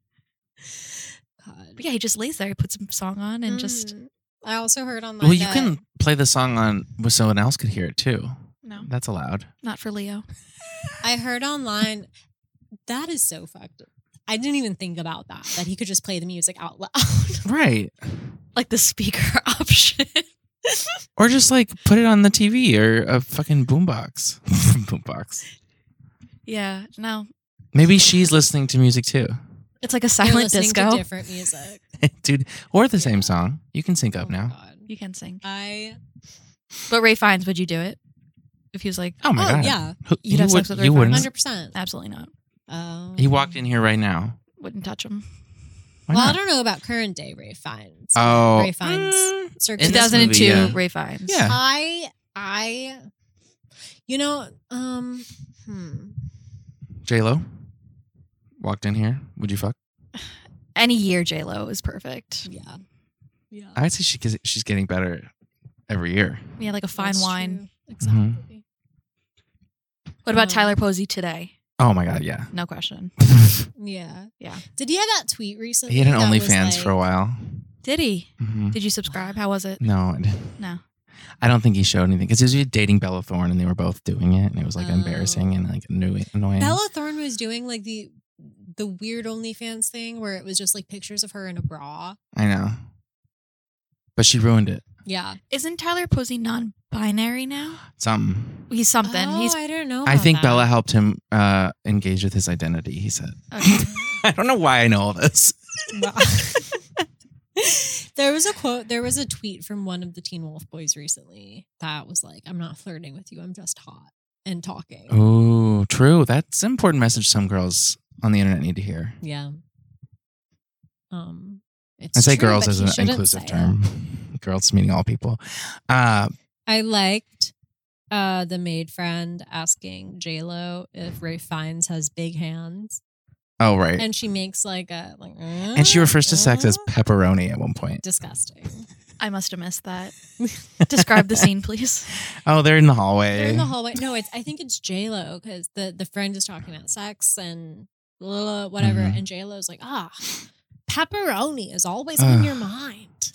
[SPEAKER 2] God.
[SPEAKER 3] But yeah, he just lays there. He puts a song on and just
[SPEAKER 2] Mm. I also heard online.
[SPEAKER 1] well, you
[SPEAKER 2] that-
[SPEAKER 1] can play the song on so someone else could hear it too.
[SPEAKER 3] No,
[SPEAKER 1] That's allowed.
[SPEAKER 3] not for Leo.
[SPEAKER 2] I heard online that is so fucked. up. I didn't even think about that. That he could just play the music out loud.
[SPEAKER 1] Right.
[SPEAKER 3] Like the speaker option.
[SPEAKER 1] Or just like put it on the TV or a fucking boombox. boombox.
[SPEAKER 3] yeah, no.
[SPEAKER 1] Maybe she's listening to music too.
[SPEAKER 3] It's like a
[SPEAKER 2] You're
[SPEAKER 3] silent
[SPEAKER 2] listening to
[SPEAKER 3] disco.
[SPEAKER 2] different music.
[SPEAKER 1] Dude, or the
[SPEAKER 2] Yeah.
[SPEAKER 1] same song. You can sync
[SPEAKER 2] Oh
[SPEAKER 1] up
[SPEAKER 2] my
[SPEAKER 1] now.
[SPEAKER 2] God.
[SPEAKER 3] You can sing.
[SPEAKER 2] I
[SPEAKER 3] But Ray Fiennes, would you do it? If he was like,
[SPEAKER 1] Oh my
[SPEAKER 2] oh
[SPEAKER 1] god.
[SPEAKER 2] yeah,
[SPEAKER 1] Who-
[SPEAKER 3] You'd have sex with her
[SPEAKER 1] you
[SPEAKER 3] for
[SPEAKER 1] wouldn't.
[SPEAKER 2] hundred percent.
[SPEAKER 3] absolutely not.
[SPEAKER 2] Um,
[SPEAKER 1] He walked in here right now.
[SPEAKER 3] Wouldn't touch him.
[SPEAKER 1] Why
[SPEAKER 2] well, I
[SPEAKER 1] not?
[SPEAKER 2] don't know about current day Ray Fiennes.
[SPEAKER 1] Oh.
[SPEAKER 2] Ray Fiennes.
[SPEAKER 1] mm,
[SPEAKER 2] Circus.
[SPEAKER 1] In this movie,
[SPEAKER 3] 2002,
[SPEAKER 1] yeah.
[SPEAKER 3] Ray Fiennes.
[SPEAKER 1] Yeah.
[SPEAKER 2] I I you know um hmm.
[SPEAKER 1] J Lo walked in here. Would you fuck?
[SPEAKER 3] Any year J Lo is perfect.
[SPEAKER 2] yeah yeah
[SPEAKER 1] I'd say she she's getting better every year.
[SPEAKER 3] Yeah, like a fine
[SPEAKER 2] That's
[SPEAKER 3] wine.
[SPEAKER 2] true.
[SPEAKER 1] Mm-hmm.
[SPEAKER 2] exactly
[SPEAKER 3] What about
[SPEAKER 2] Um,
[SPEAKER 3] Tyler Posey today?
[SPEAKER 1] Oh my god, yeah.
[SPEAKER 3] No question.
[SPEAKER 2] yeah
[SPEAKER 3] Yeah.
[SPEAKER 2] did he have that tweet recently
[SPEAKER 1] he had an
[SPEAKER 2] that was
[SPEAKER 1] OnlyFans for a
[SPEAKER 2] like-
[SPEAKER 1] while.
[SPEAKER 3] Did he?
[SPEAKER 1] Mhm.
[SPEAKER 3] Did you subscribe? How was it?
[SPEAKER 1] No, I didn't.
[SPEAKER 3] No.
[SPEAKER 1] I don't think he showed anything because he was dating Bella Thorne and they were both doing it and it was like
[SPEAKER 2] Oh.
[SPEAKER 1] embarrassing and like annoy- annoying.
[SPEAKER 2] Bella Thorne was doing like the the weird OnlyFans thing where it was just like pictures of her in a bra
[SPEAKER 1] I know, but she ruined it.
[SPEAKER 2] yeah
[SPEAKER 3] Isn't Tyler Posey non-binary now?
[SPEAKER 1] Something.
[SPEAKER 3] He's something.
[SPEAKER 2] Oh,
[SPEAKER 3] He's
[SPEAKER 2] I don't know
[SPEAKER 1] I
[SPEAKER 2] about
[SPEAKER 1] think
[SPEAKER 2] that.
[SPEAKER 1] Bella helped him uh, engage with his identity. He said,
[SPEAKER 3] okay.
[SPEAKER 1] "I don't know why I know all this."
[SPEAKER 2] Wow. there was a quote, there was a tweet from one of the Teen Wolf boys recently that was like, I'm not flirting with you, I'm just hot and talking.
[SPEAKER 1] Oh, true. That's an important message some girls on the internet need to hear.
[SPEAKER 2] Yeah. Um it's
[SPEAKER 1] I say
[SPEAKER 2] true,
[SPEAKER 1] girls
[SPEAKER 2] but
[SPEAKER 1] as
[SPEAKER 2] he
[SPEAKER 1] an
[SPEAKER 2] shouldn't
[SPEAKER 1] inclusive
[SPEAKER 2] say
[SPEAKER 1] term.
[SPEAKER 2] it.
[SPEAKER 1] girls meaning all people. Uh,
[SPEAKER 2] I liked uh the maid friend asking J Lo if Ray Fiennes has big hands.
[SPEAKER 1] oh, right. And,
[SPEAKER 2] And she makes like a like
[SPEAKER 1] she refers to sex as
[SPEAKER 2] "Uh,
[SPEAKER 1] pepperoni at one point.
[SPEAKER 2] disgusting.
[SPEAKER 3] I must have missed that. Describe the scene, please.
[SPEAKER 1] Oh, they're in the hallway.
[SPEAKER 2] They're in the hallway. No, it's I think it's J Lo because the the friend is talking about sex and blah, blah, blah, whatever,
[SPEAKER 1] Mhm.
[SPEAKER 2] and J Lo's like, ah, pepperoni is always in
[SPEAKER 1] Ugh.
[SPEAKER 2] your mind.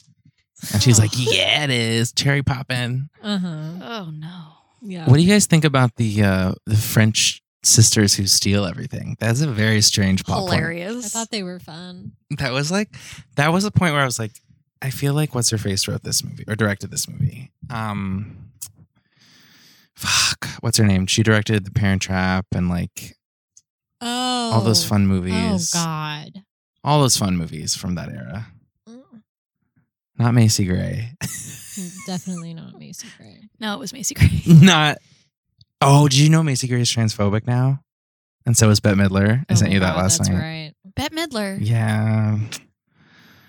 [SPEAKER 1] And she's like, "Yeah, it is cherry poppin."
[SPEAKER 2] uh huh,
[SPEAKER 3] Oh no.
[SPEAKER 2] yeah.
[SPEAKER 1] What do you guys think about the uh, the French sisters who steal everything? That's a very strange plot point.
[SPEAKER 2] I
[SPEAKER 3] Hilarious.
[SPEAKER 2] thought they were fun.
[SPEAKER 1] That was like that was the point where I was like, I feel like what's her face wrote this movie or directed this movie. Um, fuck, what's her name? She directed The Parent Trap and like
[SPEAKER 2] Oh,
[SPEAKER 1] all those fun
[SPEAKER 2] Oh
[SPEAKER 1] movies.
[SPEAKER 2] God. Mm,
[SPEAKER 1] All those fun movies from that era. Not Macy Gray.
[SPEAKER 2] Definitely not Macy Gray.
[SPEAKER 3] no, it was Macy Gray.
[SPEAKER 1] Not. Oh, did you know Macy Gray is transphobic now? And so is Bette Midler. I
[SPEAKER 2] Oh
[SPEAKER 1] sent
[SPEAKER 2] my
[SPEAKER 1] you that
[SPEAKER 2] God,
[SPEAKER 1] last
[SPEAKER 2] that's
[SPEAKER 1] night.
[SPEAKER 2] Right.
[SPEAKER 3] Bette Midler.
[SPEAKER 1] Yeah,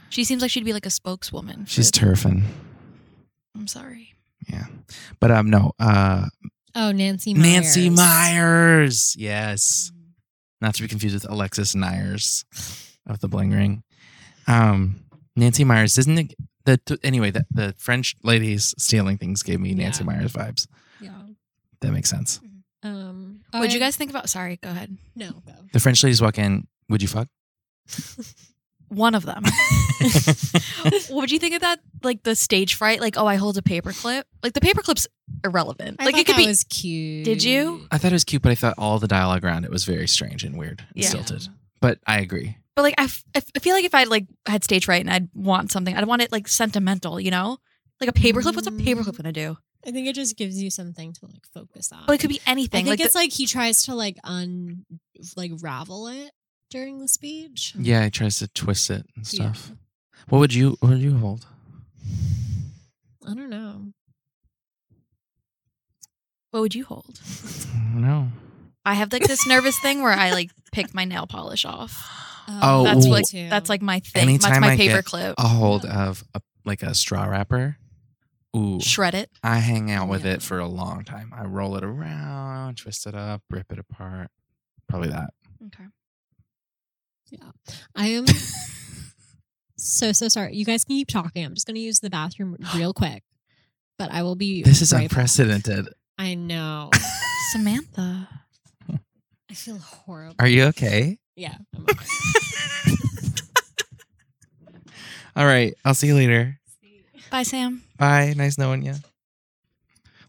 [SPEAKER 3] She seems like she'd be like a spokeswoman. for-
[SPEAKER 1] she's turfing.
[SPEAKER 3] I'm sorry.
[SPEAKER 1] But um, no, uh,
[SPEAKER 2] Oh, Nancy. Myers.
[SPEAKER 1] Nancy Myers.
[SPEAKER 3] Mm.
[SPEAKER 1] Yes, not to be confused with Alexis Nyers of the Bling Ring. Um, Nancy Myers isn't it? The t- anyway, the, the French ladies stealing things gave me Nancy
[SPEAKER 2] Yeah.
[SPEAKER 1] Myers vibes.
[SPEAKER 2] Yeah.
[SPEAKER 1] That makes sense.
[SPEAKER 2] Um.
[SPEAKER 3] What'd you
[SPEAKER 2] I-
[SPEAKER 3] guys think about? Sorry, go ahead.
[SPEAKER 2] No. Go.
[SPEAKER 1] The French ladies walk in. Would you fuck?
[SPEAKER 3] One of them. what would you think of that? Like the stage fright? Like, oh, I hold a paperclip. Like the paperclip's irrelevant.
[SPEAKER 2] I
[SPEAKER 3] like
[SPEAKER 2] thought
[SPEAKER 3] it could
[SPEAKER 2] that
[SPEAKER 3] be.
[SPEAKER 2] was cute.
[SPEAKER 3] Did you?
[SPEAKER 1] I thought it was cute, but I thought all the dialogue around it was very strange and weird, and
[SPEAKER 3] Yeah.
[SPEAKER 1] stilted. But I agree.
[SPEAKER 3] but like I, f- I f- I feel like if I like had stage fright and I'd want something, I'd want it like sentimental. You know, like a paperclip. What's a
[SPEAKER 2] Mm.
[SPEAKER 3] paperclip gonna do?
[SPEAKER 2] I think it just gives you something to like focus on.
[SPEAKER 3] But it could be
[SPEAKER 2] I
[SPEAKER 3] anything.
[SPEAKER 2] think
[SPEAKER 3] Like,
[SPEAKER 2] it's
[SPEAKER 3] the-
[SPEAKER 2] like he tries to like un like ravel it during the speech.
[SPEAKER 1] Yeah, he tries to twist it and
[SPEAKER 2] Mm. Yeah.
[SPEAKER 1] stuff. What would you? What would you hold?
[SPEAKER 2] I don't know.
[SPEAKER 3] what would you hold?
[SPEAKER 1] No.
[SPEAKER 3] I have like this nervous thing where I like pick my nail polish off.
[SPEAKER 1] Oh,
[SPEAKER 3] Um, that's
[SPEAKER 1] ooh.
[SPEAKER 3] like
[SPEAKER 2] too.
[SPEAKER 3] that's like my thing. that's
[SPEAKER 1] Anytime
[SPEAKER 3] my
[SPEAKER 1] I get-
[SPEAKER 3] paperclip.
[SPEAKER 1] a hold of a, like a straw wrapper. Ooh,
[SPEAKER 3] Shred it.
[SPEAKER 1] I hang out with
[SPEAKER 2] Yeah.
[SPEAKER 1] it for a long time. I roll it around, twist it up, rip it apart. Probably that.
[SPEAKER 3] Okay.
[SPEAKER 2] I am so so sorry. You guys can keep talking. I'm just gonna use the bathroom real quick. But I will be
[SPEAKER 1] This is
[SPEAKER 2] right back.
[SPEAKER 1] unprecedented.
[SPEAKER 2] I know.
[SPEAKER 3] Samantha.
[SPEAKER 2] I feel horrible.
[SPEAKER 1] Are you okay?
[SPEAKER 2] yeah. I'm okay.
[SPEAKER 1] All right, I'll see you later.
[SPEAKER 3] Bye, Sam.
[SPEAKER 1] Bye. Nice knowing you.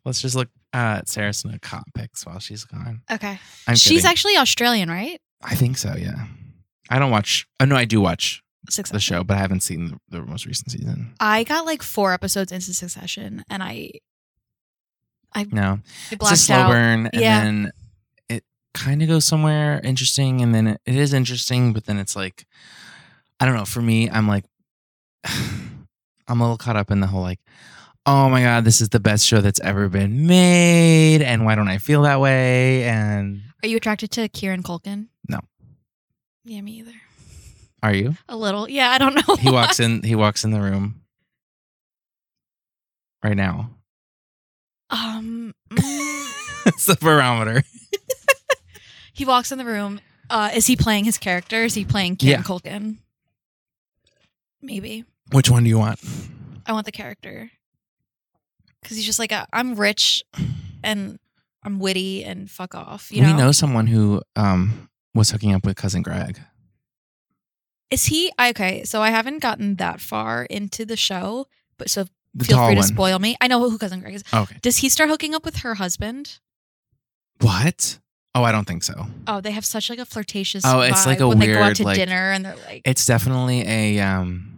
[SPEAKER 1] Let's just look uh, Sarah Snook cop pics while she's gone.
[SPEAKER 3] Okay.
[SPEAKER 1] I'm
[SPEAKER 3] She's
[SPEAKER 1] kidding.
[SPEAKER 3] actually Australian, right?
[SPEAKER 1] I think so. Yeah. I don't watch. Oh no, I do watch the
[SPEAKER 3] Succession.
[SPEAKER 1] show, but I haven't seen the, the most recent season.
[SPEAKER 3] I got like four episodes into Succession, and I
[SPEAKER 1] No,
[SPEAKER 3] blacked
[SPEAKER 1] it's a slow
[SPEAKER 3] out.
[SPEAKER 1] burn, and
[SPEAKER 3] Yeah.
[SPEAKER 1] then it kind of goes somewhere interesting, and then it, it is interesting, but then it's like, I don't know. For me, I'm like, I'm a little caught up in the whole like, oh my god, this is the best show that's ever been made, and why don't I feel that way? And
[SPEAKER 3] Are you attracted to Kieran Culkin?
[SPEAKER 1] No.
[SPEAKER 3] Yeah, me either.
[SPEAKER 1] are you?
[SPEAKER 3] A little. Yeah, I don't know.
[SPEAKER 1] He walks in. He walks in the room. Right now,
[SPEAKER 3] Um, mm,
[SPEAKER 1] it's the barometer.
[SPEAKER 3] he walks in the room. Uh, is he playing his character? Is he playing Kieran
[SPEAKER 1] Yeah.
[SPEAKER 3] Culkin? Maybe.
[SPEAKER 1] Which one do you want?
[SPEAKER 3] I want the character because he's just like i I'm rich and I'm witty and fuck off. You
[SPEAKER 1] we
[SPEAKER 3] know?
[SPEAKER 1] know someone who um was hooking up with cousin Greg.
[SPEAKER 3] Is he okay? So I haven't gotten that far into the show, but so
[SPEAKER 1] The
[SPEAKER 3] feel
[SPEAKER 1] tall
[SPEAKER 3] free to
[SPEAKER 1] one.
[SPEAKER 3] spoil me. I know who cousin Greg is.
[SPEAKER 1] Okay.
[SPEAKER 3] Does he start hooking up with her husband?
[SPEAKER 1] What? Oh, I don't think so.
[SPEAKER 3] Oh, they have such like a flirtatious.
[SPEAKER 1] Oh, it's
[SPEAKER 3] vibe
[SPEAKER 1] like a
[SPEAKER 3] when they go out
[SPEAKER 1] weird,
[SPEAKER 3] to
[SPEAKER 1] like-
[SPEAKER 3] dinner and they're like,
[SPEAKER 1] It's definitely a um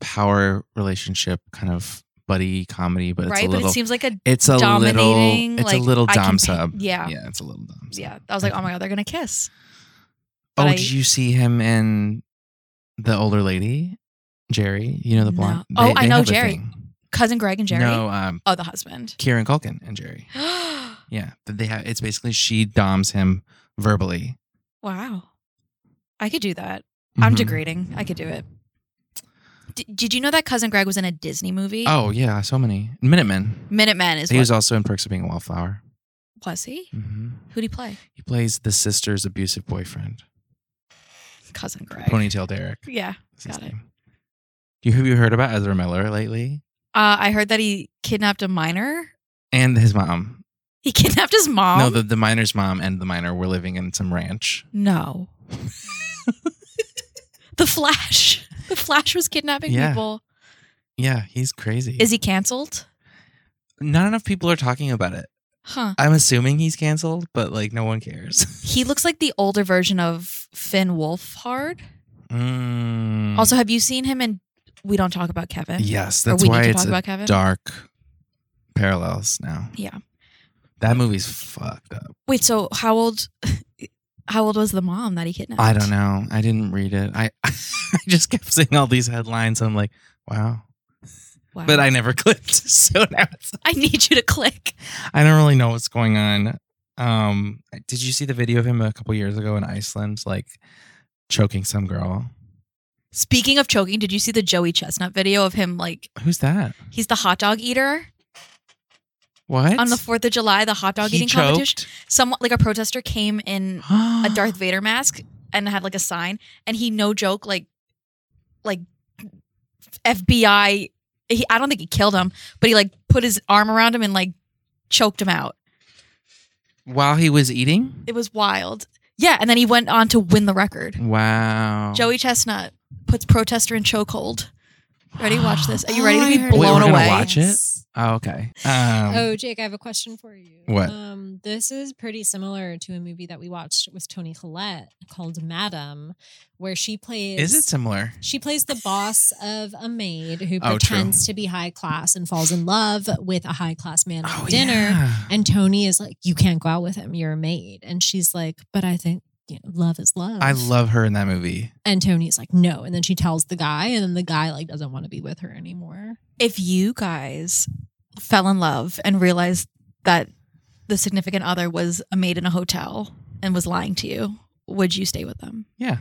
[SPEAKER 1] power relationship kind of buddy comedy, but it's
[SPEAKER 3] right,
[SPEAKER 1] a little
[SPEAKER 3] but it seems like a
[SPEAKER 1] it's a
[SPEAKER 3] dominating.
[SPEAKER 1] little it's
[SPEAKER 3] like,
[SPEAKER 1] a little
[SPEAKER 3] I can
[SPEAKER 1] dom
[SPEAKER 3] pick-
[SPEAKER 1] sub.
[SPEAKER 3] Yeah, yeah,
[SPEAKER 1] Yeah, it's a little dom sub.
[SPEAKER 3] I was like, oh my god, they're gonna kiss.
[SPEAKER 1] Oh,
[SPEAKER 3] but I-
[SPEAKER 1] did you see him in the older lady? Jerry, you know the
[SPEAKER 3] No.
[SPEAKER 1] blonde.
[SPEAKER 3] Oh, I know
[SPEAKER 1] have a
[SPEAKER 3] Jerry.
[SPEAKER 1] thing.
[SPEAKER 3] Cousin Greg and Jerry.
[SPEAKER 1] No, um,
[SPEAKER 3] Oh, the husband.
[SPEAKER 1] Kieran Culkin and Jerry. Yeah, but they have. It's basically she doms him verbally.
[SPEAKER 3] wow, I could do that. I'm
[SPEAKER 1] Mhm.
[SPEAKER 3] degrading. I could do it. D- did you know that cousin Greg was in a Disney movie?
[SPEAKER 1] Oh yeah, so many Minutemen.
[SPEAKER 3] Minutemen is
[SPEAKER 1] He
[SPEAKER 3] what-
[SPEAKER 1] was also in Perks of Being a Wallflower.
[SPEAKER 3] was he?
[SPEAKER 1] hmm
[SPEAKER 3] Who'd he play?
[SPEAKER 1] He plays the sister's abusive boyfriend,
[SPEAKER 3] Cousin Greg.
[SPEAKER 1] Ponytail Derek.
[SPEAKER 3] Yeah,
[SPEAKER 1] Is his
[SPEAKER 3] Got it.
[SPEAKER 1] name. You have you heard about Ezra Miller lately?
[SPEAKER 3] uh, I heard that he kidnapped a minor.
[SPEAKER 1] And his mom.
[SPEAKER 3] He kidnapped his mom.
[SPEAKER 1] no, the, the miner's mom and the miner were living in some ranch.
[SPEAKER 3] No. the Flash. The Flash was kidnapping
[SPEAKER 1] Yeah.
[SPEAKER 3] people.
[SPEAKER 1] Yeah, he's crazy.
[SPEAKER 3] Is he canceled?
[SPEAKER 1] Not enough people are talking about it.
[SPEAKER 3] Huh.
[SPEAKER 1] I'm assuming he's canceled, but like no one cares.
[SPEAKER 3] He looks like the older version of Finn Wolfhard.
[SPEAKER 1] Mm.
[SPEAKER 3] Also, have you seen him in We Don't Talk About Kevin?
[SPEAKER 1] yes,
[SPEAKER 3] Or
[SPEAKER 1] that's
[SPEAKER 3] we
[SPEAKER 1] why
[SPEAKER 3] need to
[SPEAKER 1] it's
[SPEAKER 3] talk
[SPEAKER 1] a
[SPEAKER 3] about Kevin.
[SPEAKER 1] dark parallels now.
[SPEAKER 3] Yeah.
[SPEAKER 1] That movie's fucked up.
[SPEAKER 3] Wait, so how old how old was the mom that he kidnapped?
[SPEAKER 1] I don't know. I didn't read it. I I just kept seeing all these headlines. I'm like, wow.
[SPEAKER 3] Wow.
[SPEAKER 1] But I never clicked. So now it's,
[SPEAKER 3] I need you to click.
[SPEAKER 1] I don't really know what's going on. Um, did you see the video of him a couple years ago in Iceland, like choking some girl?
[SPEAKER 3] Speaking of choking, did you see the Joey Chestnut video of him like
[SPEAKER 1] Who's that?
[SPEAKER 3] he's the hot dog eater
[SPEAKER 1] What
[SPEAKER 3] on the 4th of July, the hot dog
[SPEAKER 1] He
[SPEAKER 3] eating competition? Some like a protester came in a Darth Vader mask and had like a sign, and he no joke like like FBI. He, I don't think he killed him, but he like put his arm around him and like choked him out.
[SPEAKER 1] while he was eating.
[SPEAKER 3] It was wild. Yeah, and then he went on to win the record.
[SPEAKER 1] Oh, Wow,
[SPEAKER 3] Joey Chestnut puts protester in chokehold. Ready? Watch this. Are you ready to be
[SPEAKER 2] I heard
[SPEAKER 3] blown
[SPEAKER 1] Wait, we're gonna
[SPEAKER 3] away?
[SPEAKER 1] watch it?
[SPEAKER 2] Yes.
[SPEAKER 1] Oh, okay. Um,
[SPEAKER 2] oh, Jake, I have a question for you.
[SPEAKER 1] What?
[SPEAKER 2] Um, this is pretty similar to a movie that we watched with Tony Collette called Madam, where she plays.
[SPEAKER 1] is it similar?
[SPEAKER 2] She plays the boss of a maid who
[SPEAKER 1] Oh, true.
[SPEAKER 2] pretends to be high class and falls in love with a high class man at
[SPEAKER 1] Oh,
[SPEAKER 2] dinner.
[SPEAKER 1] yeah.
[SPEAKER 2] And Tony is like, "You can't go out with him. You're a maid." And she's like, "But I think you know, love is love."
[SPEAKER 1] I love her in that movie.
[SPEAKER 2] And Tony's like, "No." And then she tells the guy, and then the guy like doesn't want to be with her anymore.
[SPEAKER 3] If you guys fell in love and realized that the significant other was a maid in a hotel and was lying to you, would you stay with them?
[SPEAKER 1] Yeah.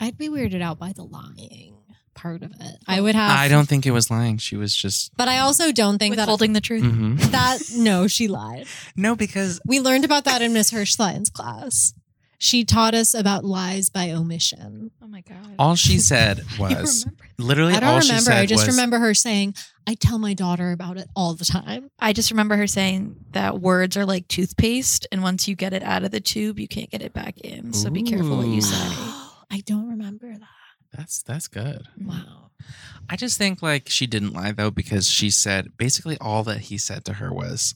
[SPEAKER 2] I'd be weirded out by the lying part of it. I would have.
[SPEAKER 1] I don't think it was lying. She was just.
[SPEAKER 2] But I also don't think that
[SPEAKER 3] Withholding the truth.
[SPEAKER 1] Mhm.
[SPEAKER 2] that no, she lied.
[SPEAKER 1] No, because
[SPEAKER 2] We learned about that in Miss Hirschstein's class. She taught us about lies by omission.
[SPEAKER 3] Oh my god!
[SPEAKER 1] all she said
[SPEAKER 3] You
[SPEAKER 1] was
[SPEAKER 3] remember?
[SPEAKER 1] literally
[SPEAKER 2] I don't
[SPEAKER 1] all she
[SPEAKER 2] remember.
[SPEAKER 1] said
[SPEAKER 2] I just
[SPEAKER 1] was
[SPEAKER 2] remember her saying, "I tell my daughter about it all the time."
[SPEAKER 3] I just remember her saying that words are like toothpaste, and once you get it out of the tube, you can't get it back in. So be careful what you say.
[SPEAKER 2] I don't remember that.
[SPEAKER 1] that's that's good.
[SPEAKER 2] Wow.
[SPEAKER 1] I just think like she didn't lie though because she said basically all that he said to her was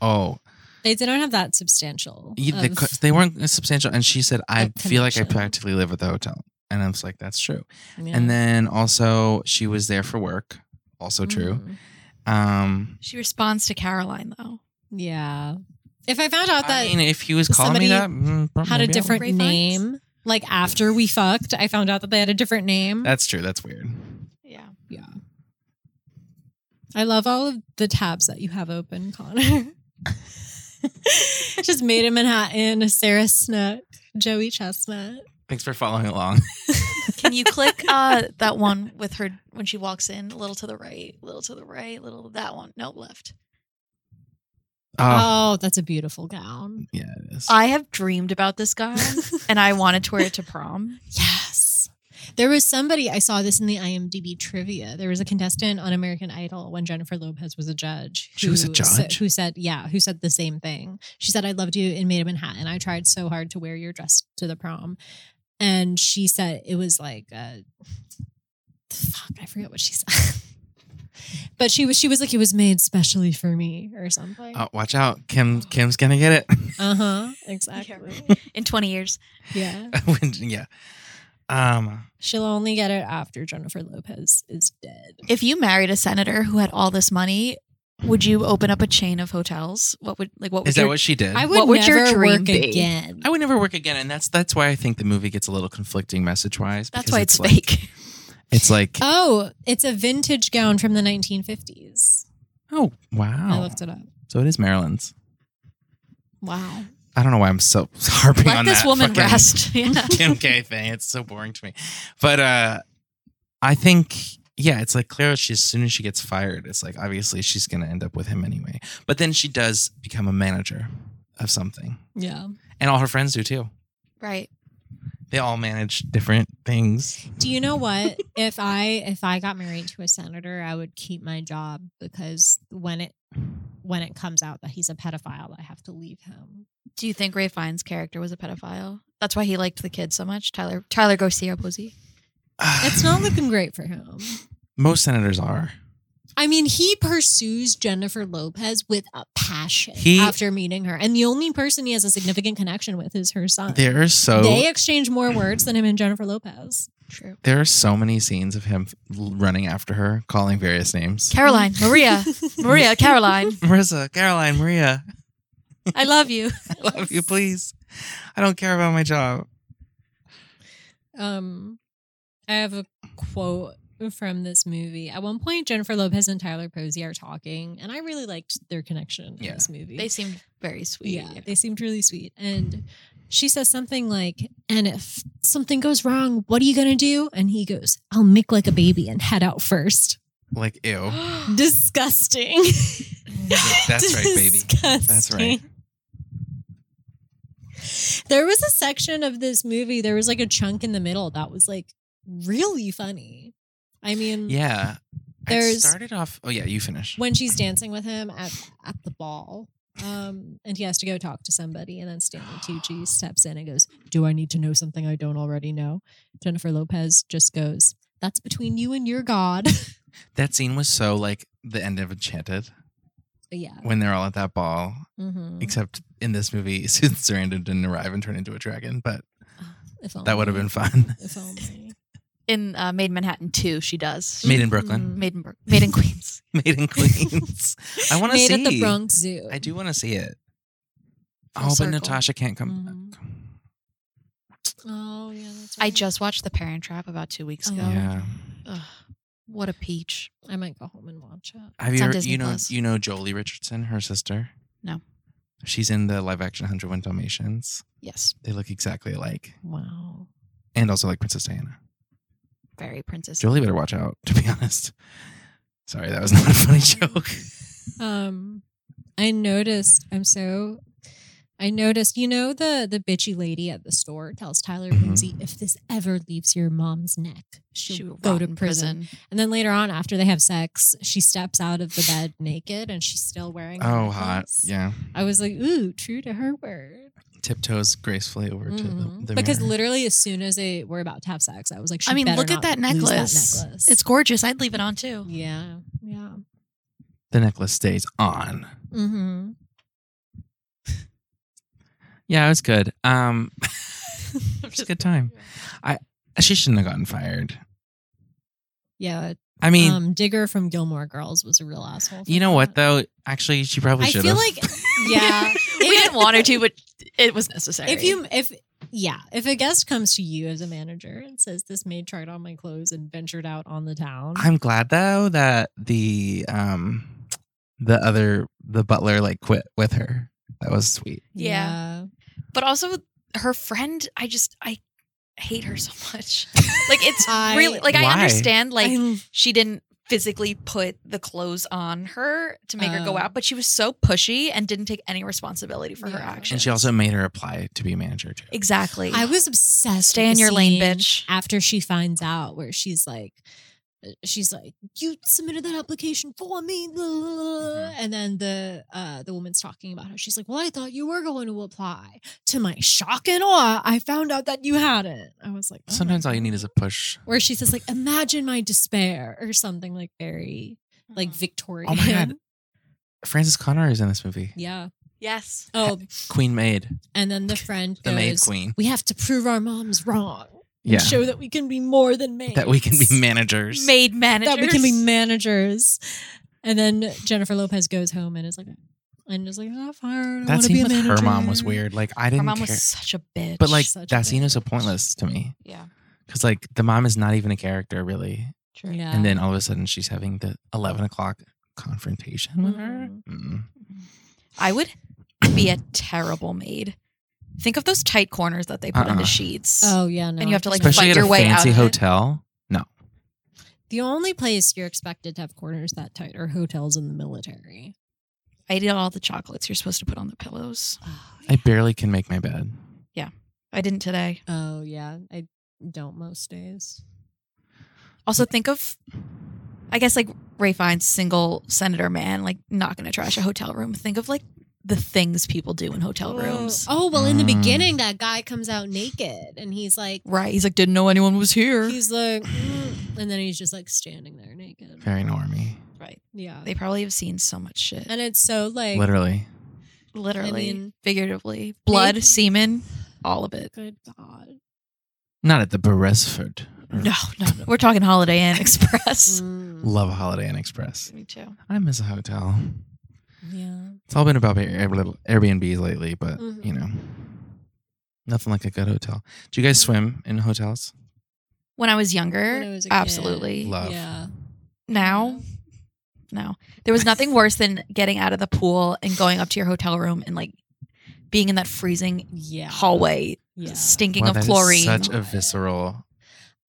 [SPEAKER 1] oh,
[SPEAKER 2] They they don't have that substantial.
[SPEAKER 1] Yeah, they,
[SPEAKER 2] of-
[SPEAKER 1] cou- they weren't uh, substantial. And she said, I
[SPEAKER 2] That
[SPEAKER 1] feel like I
[SPEAKER 2] connection.
[SPEAKER 1] practically live at the hotel. And I was like, that's true.
[SPEAKER 2] yeah.
[SPEAKER 1] And then also, she was there for work. Also true.
[SPEAKER 2] Mm.
[SPEAKER 1] Um,
[SPEAKER 3] She responds to Caroline though.
[SPEAKER 2] Yeah. If I found out that
[SPEAKER 1] I mean, if he was calling me that,
[SPEAKER 2] somebody
[SPEAKER 1] mm, prob-
[SPEAKER 2] had a
[SPEAKER 1] maybe I would.
[SPEAKER 2] different
[SPEAKER 3] Ray Fiennes?
[SPEAKER 2] name, like after we fucked, I found out that they had a different name.
[SPEAKER 1] That's true. That's weird.
[SPEAKER 3] Yeah.
[SPEAKER 2] I love all of the tabs that you have open, Connor. Just made in Manhattan, Sarah Snook, Joey Chestnut.
[SPEAKER 1] Thanks for following along.
[SPEAKER 3] Can you click uh that one with her when she walks in, a little to the right, a little to the right, a little that one. No, left.
[SPEAKER 1] Oh,
[SPEAKER 2] Oh, that's a beautiful gown.
[SPEAKER 1] yeah, it is.
[SPEAKER 3] I have dreamed about this guy and I wanted to wear it to prom.
[SPEAKER 2] Yes. There was somebody, I saw this in the IMDb trivia. There was a contestant on American Idol when Jennifer Lopez was a judge.
[SPEAKER 1] She was a
[SPEAKER 2] who sa-
[SPEAKER 1] judge?
[SPEAKER 2] who said, yeah, who said the same thing. She said, I loved you in Made in Manhattan. I tried so hard to wear your dress to the prom. And she said, it was like, uh, fuck, I forget what she said. but she was, she was like, it was made specially for me or something.
[SPEAKER 1] Oh, watch out. Kim Kim's going to get it.
[SPEAKER 2] Uh huh. Exactly.
[SPEAKER 3] In 20 years.
[SPEAKER 2] yeah.
[SPEAKER 1] When- yeah. Um,
[SPEAKER 2] She'll only get it after Jennifer Lopez is dead.
[SPEAKER 3] If you married a senator who had all this money, would you open up a chain of hotels? What would like what would
[SPEAKER 1] is that
[SPEAKER 3] your-
[SPEAKER 1] what she did?
[SPEAKER 2] I would
[SPEAKER 3] What would your
[SPEAKER 2] never
[SPEAKER 3] dream
[SPEAKER 2] work
[SPEAKER 3] be?
[SPEAKER 2] again.
[SPEAKER 1] I would never work again, and that's that's why I think the movie gets a little conflicting message wise.
[SPEAKER 3] That's why it's,
[SPEAKER 1] like,
[SPEAKER 3] fake. Uh,
[SPEAKER 1] It's like
[SPEAKER 2] Oh, it's a vintage gown from the 1950s.
[SPEAKER 1] oh
[SPEAKER 2] I
[SPEAKER 1] wow,
[SPEAKER 2] looked it up.
[SPEAKER 1] so it is Maryland's.
[SPEAKER 2] Wow.
[SPEAKER 1] I don't know why I'm so harping
[SPEAKER 3] Let
[SPEAKER 1] on
[SPEAKER 3] this
[SPEAKER 1] that
[SPEAKER 3] woman
[SPEAKER 1] fucking
[SPEAKER 3] rest. Yeah.
[SPEAKER 1] Kim K thing. It's so boring to me, but uh I think yeah, it's like Clara. She as soon as she gets fired, it's like obviously she's gonna end up with him anyway. But then she does become a manager of something,
[SPEAKER 2] Yeah.
[SPEAKER 1] and all her friends do too.
[SPEAKER 3] Right.
[SPEAKER 1] They all manage different things.
[SPEAKER 2] Do you know what? if I if I got married to a senator, I would keep my job because when it when it comes out that he's a pedophile, I have to leave him.
[SPEAKER 3] Do you think Ray Fine's character was a pedophile? That's why he liked the kid so much. Tyler Tyler Garcia was he?
[SPEAKER 2] It's not looking great for him.
[SPEAKER 1] most senators are.
[SPEAKER 2] I mean, he pursues Jennifer Lopez with a passion
[SPEAKER 1] He-
[SPEAKER 2] after meeting her. And the only person he has a significant connection with is her son.
[SPEAKER 1] They're so
[SPEAKER 2] They exchange more words than him and Jennifer Lopez.
[SPEAKER 3] True.
[SPEAKER 1] There are so many scenes of him l- running after her, calling various names.
[SPEAKER 3] Caroline, Maria, Maria, Caroline.
[SPEAKER 1] Marissa, Caroline, Maria,
[SPEAKER 3] I love you.
[SPEAKER 1] I love you, please. I don't care about my job.
[SPEAKER 2] Um, I have a quote from this movie. At one point, Jennifer Lopez and Tyler Posey are talking, and I really liked their connection
[SPEAKER 1] Yeah.
[SPEAKER 2] in this movie.
[SPEAKER 3] They seemed very sweet.
[SPEAKER 2] yeah, they seemed really sweet. And she says something like, "And if something goes wrong, what are you gonna do?" And he goes, "I'll make like a baby and head out first.
[SPEAKER 1] Like, ew.
[SPEAKER 2] Disgusting.
[SPEAKER 1] That's right, baby.
[SPEAKER 2] Disgusting.
[SPEAKER 1] That's right.
[SPEAKER 2] There was a section of this movie, there was like a chunk in the middle that was like really funny. I mean,
[SPEAKER 1] Yeah. It
[SPEAKER 2] There's-
[SPEAKER 1] started off. Oh, yeah, you finish.
[SPEAKER 2] when she's dancing with him at, at the ball, um, and he has to go talk to somebody, and then Stanley Tucci steps in and goes, Do I need to know something I don't already know? Jennifer Lopez just goes, That's between you and your God.
[SPEAKER 1] That scene was so like the end of Enchanted
[SPEAKER 2] But yeah.
[SPEAKER 1] when they're all at that ball,
[SPEAKER 2] mhm.
[SPEAKER 1] except in this movie, Susan Sarandon didn't arrive and turn into a dragon, but
[SPEAKER 2] If
[SPEAKER 1] that would have
[SPEAKER 2] only.
[SPEAKER 1] been fun.
[SPEAKER 2] If only.
[SPEAKER 3] In uh, Made in Manhattan 2, she does.
[SPEAKER 1] Made in Brooklyn,
[SPEAKER 2] Mhm.
[SPEAKER 3] Made in, Bro- Made in Queens.
[SPEAKER 1] made in Queens. I want to
[SPEAKER 2] Made
[SPEAKER 1] see
[SPEAKER 2] at the Bronx Zoo.
[SPEAKER 1] I do want to see it.
[SPEAKER 3] Full
[SPEAKER 1] oh,
[SPEAKER 3] circle.
[SPEAKER 1] but Natasha can't come.
[SPEAKER 2] Mhm.
[SPEAKER 3] Mm-hmm.
[SPEAKER 2] Oh yeah, that's right.
[SPEAKER 3] I just watched The Parent Trap about two weeks
[SPEAKER 2] Oh.
[SPEAKER 3] ago.
[SPEAKER 1] Yeah.
[SPEAKER 3] Ugh, what a peach.
[SPEAKER 2] I might go home and watch it.
[SPEAKER 1] Have
[SPEAKER 3] It's
[SPEAKER 1] you
[SPEAKER 3] on
[SPEAKER 1] ever,
[SPEAKER 3] Disney
[SPEAKER 1] you know
[SPEAKER 3] Plus.
[SPEAKER 1] you know Jolie Richardson, her sister?
[SPEAKER 3] No.
[SPEAKER 1] She's in the live action 101 Dalmatians.
[SPEAKER 3] Yes.
[SPEAKER 1] They look exactly alike,
[SPEAKER 2] Wow.
[SPEAKER 1] and also like Princess Diana.
[SPEAKER 3] Very princess.
[SPEAKER 1] Jolie better watch out. To be honest, sorry that was not a funny joke.
[SPEAKER 2] Um, I noticed. I'm so. I noticed. You know the the bitchy lady at the store tells Tyler
[SPEAKER 1] Mhm.
[SPEAKER 2] Lindsay, "If this ever leaves your mom's neck, she'll
[SPEAKER 3] She will
[SPEAKER 2] go
[SPEAKER 3] rot
[SPEAKER 2] to
[SPEAKER 3] in
[SPEAKER 2] prison. And then later on, after they have sex, she steps out of the bed naked, and she's still wearing. her
[SPEAKER 1] Oh, hot,
[SPEAKER 2] necklace.
[SPEAKER 1] yeah.
[SPEAKER 2] I was like, ooh, true to her word.
[SPEAKER 1] Tiptoes gracefully over to
[SPEAKER 2] Mhm.
[SPEAKER 3] Mm-hmm.
[SPEAKER 1] the, the
[SPEAKER 2] because
[SPEAKER 1] mirror.
[SPEAKER 2] literally, as soon as they were about to have sex, I was like, she
[SPEAKER 3] I mean,
[SPEAKER 2] better
[SPEAKER 3] look at
[SPEAKER 2] not
[SPEAKER 3] that
[SPEAKER 2] lose
[SPEAKER 3] necklace.
[SPEAKER 2] That necklace.
[SPEAKER 3] It's gorgeous. I'd leave it on too.
[SPEAKER 2] Yeah. Yeah.
[SPEAKER 1] the necklace stays on.
[SPEAKER 2] Mm-hmm.
[SPEAKER 1] Yeah, it was good. Um, it was a good time. She shouldn't have gotten fired.
[SPEAKER 2] Yeah.
[SPEAKER 1] I mean,
[SPEAKER 2] um, Digger from Gilmore Girls was a real asshole. for
[SPEAKER 1] you know
[SPEAKER 2] that.
[SPEAKER 1] what though? Actually, she probably
[SPEAKER 2] I
[SPEAKER 1] should
[SPEAKER 2] feel
[SPEAKER 1] have.
[SPEAKER 2] like yeah.
[SPEAKER 3] we didn't want her to, but it was necessary.
[SPEAKER 2] if you if yeah, if a guest comes to you as a manager and says this maid tried on my clothes and ventured out on the town,
[SPEAKER 1] I'm glad though that the um the other the butler like quit with her. That was sweet.
[SPEAKER 3] Yeah. but also her friend, I just I hate her so much. Like it's
[SPEAKER 2] I-
[SPEAKER 3] really like I
[SPEAKER 1] Why?
[SPEAKER 3] understand like
[SPEAKER 2] I-
[SPEAKER 3] she didn't physically put the clothes on her to make her go
[SPEAKER 2] Oh.
[SPEAKER 3] out, but she was so pushy and didn't take any responsibility for her
[SPEAKER 2] Yeah. And
[SPEAKER 3] actions.
[SPEAKER 1] And she also made her apply to be a manager too.
[SPEAKER 3] exactly.
[SPEAKER 2] I was obsessed.
[SPEAKER 3] Stay
[SPEAKER 2] with
[SPEAKER 3] in
[SPEAKER 2] the
[SPEAKER 3] your lane,
[SPEAKER 2] scene
[SPEAKER 3] bitch.
[SPEAKER 2] After she finds out, where she's like, uh, she's like, "You submitted that application for me," blah, blah, blah, blah."
[SPEAKER 1] Mm-hmm.
[SPEAKER 2] and then the uh, the woman's talking about her. She's like, "Well, I thought you were going to apply." To my shock and awe, I found out that you hadn't. I was like, oh my
[SPEAKER 1] Sometimes all you need is a
[SPEAKER 2] God.
[SPEAKER 1] push.
[SPEAKER 2] Where she says like, "Imagine my despair" or something like very
[SPEAKER 1] Mm. Oh
[SPEAKER 3] Mm.
[SPEAKER 2] like Victorian.
[SPEAKER 1] Frances Connor is in this movie.
[SPEAKER 2] Yeah.
[SPEAKER 3] yes.
[SPEAKER 2] Oh,
[SPEAKER 1] Queen maid,
[SPEAKER 2] and then the friend
[SPEAKER 1] the
[SPEAKER 2] goes,
[SPEAKER 1] maid queen.
[SPEAKER 2] "We have to prove our mom's wrong."
[SPEAKER 1] Yeah,
[SPEAKER 2] and show that we can be more than maids.
[SPEAKER 1] that we can be managers.
[SPEAKER 3] Made managers.
[SPEAKER 2] that we can be managers. And then Jennifer Lopez goes home and is like, and is like, I got fired. I
[SPEAKER 1] that
[SPEAKER 2] wanna be
[SPEAKER 1] scene
[SPEAKER 2] a
[SPEAKER 1] with her
[SPEAKER 2] manager."
[SPEAKER 1] mom was weird. Like I
[SPEAKER 3] Her
[SPEAKER 1] didn't
[SPEAKER 3] mom
[SPEAKER 1] care,
[SPEAKER 3] was such a bitch.
[SPEAKER 1] but like
[SPEAKER 2] such a
[SPEAKER 1] that scene is so
[SPEAKER 2] bitch.
[SPEAKER 1] pointless to me
[SPEAKER 3] yeah,
[SPEAKER 1] because like the mom is not even a character really,
[SPEAKER 3] true.
[SPEAKER 2] Yeah.
[SPEAKER 1] and then all of a sudden she's having the eleven o'clock
[SPEAKER 3] Mm-hmm.
[SPEAKER 1] confrontation with her. Mm.
[SPEAKER 3] I would be a terrible maid. Think of those tight corners that they put
[SPEAKER 1] Uh-uh.
[SPEAKER 3] into sheets.
[SPEAKER 2] oh yeah, no.
[SPEAKER 3] And you have to, like,
[SPEAKER 1] Especially
[SPEAKER 3] fight
[SPEAKER 1] at
[SPEAKER 3] your
[SPEAKER 1] a
[SPEAKER 3] way out
[SPEAKER 1] fancy
[SPEAKER 3] of it.
[SPEAKER 1] hotel. No,
[SPEAKER 2] the only place you're expected to have corners that tight are hotels in the military.
[SPEAKER 3] I did all the chocolates you're supposed to put on the pillows.
[SPEAKER 2] Oh yeah,
[SPEAKER 1] I barely can make my bed.
[SPEAKER 3] I didn't today.
[SPEAKER 2] oh, yeah. I don't most days.
[SPEAKER 3] Also, think of, I guess, like Ray Fine's single senator man, like not going to trash a hotel room. Think of like the things people do in hotel rooms.
[SPEAKER 2] Oh well, in the
[SPEAKER 1] Mm.
[SPEAKER 2] beginning, that guy comes out naked and he's like,
[SPEAKER 3] Right. He's like, didn't know anyone was here.
[SPEAKER 2] he's like, "Mm," and then he's just like standing there naked.
[SPEAKER 1] Very normy,
[SPEAKER 3] right.
[SPEAKER 2] Yeah,
[SPEAKER 3] They probably have seen so much shit.
[SPEAKER 2] and it's so like
[SPEAKER 1] literally.
[SPEAKER 3] Literally,
[SPEAKER 2] I mean-
[SPEAKER 3] figuratively, blood,
[SPEAKER 2] Maybe-
[SPEAKER 3] semen, all of it.
[SPEAKER 2] Good God.
[SPEAKER 1] Not at the Beresford.
[SPEAKER 3] No, no, no. We're talking Holiday Inn Express.
[SPEAKER 2] Mm,
[SPEAKER 1] Love a Holiday Inn Express.
[SPEAKER 3] Me too.
[SPEAKER 1] I miss a hotel.
[SPEAKER 2] yeah.
[SPEAKER 1] It's all been about Air- Airbnbs lately, but
[SPEAKER 3] Mm-hmm.
[SPEAKER 2] Mhm.
[SPEAKER 1] you know, nothing like a good hotel. Do you guys swim in hotels?
[SPEAKER 3] When I was younger,
[SPEAKER 2] When I was a kid.
[SPEAKER 3] absolutely.
[SPEAKER 1] Love.
[SPEAKER 2] Yeah.
[SPEAKER 3] Now, no. There was nothing worse than getting out of the pool and going up to your hotel room and like being in that freezing
[SPEAKER 2] Yeah.
[SPEAKER 3] hallway,
[SPEAKER 2] Yeah.
[SPEAKER 3] stinking
[SPEAKER 1] Wow, that
[SPEAKER 3] of
[SPEAKER 1] is
[SPEAKER 3] chlorine.
[SPEAKER 1] such a visceral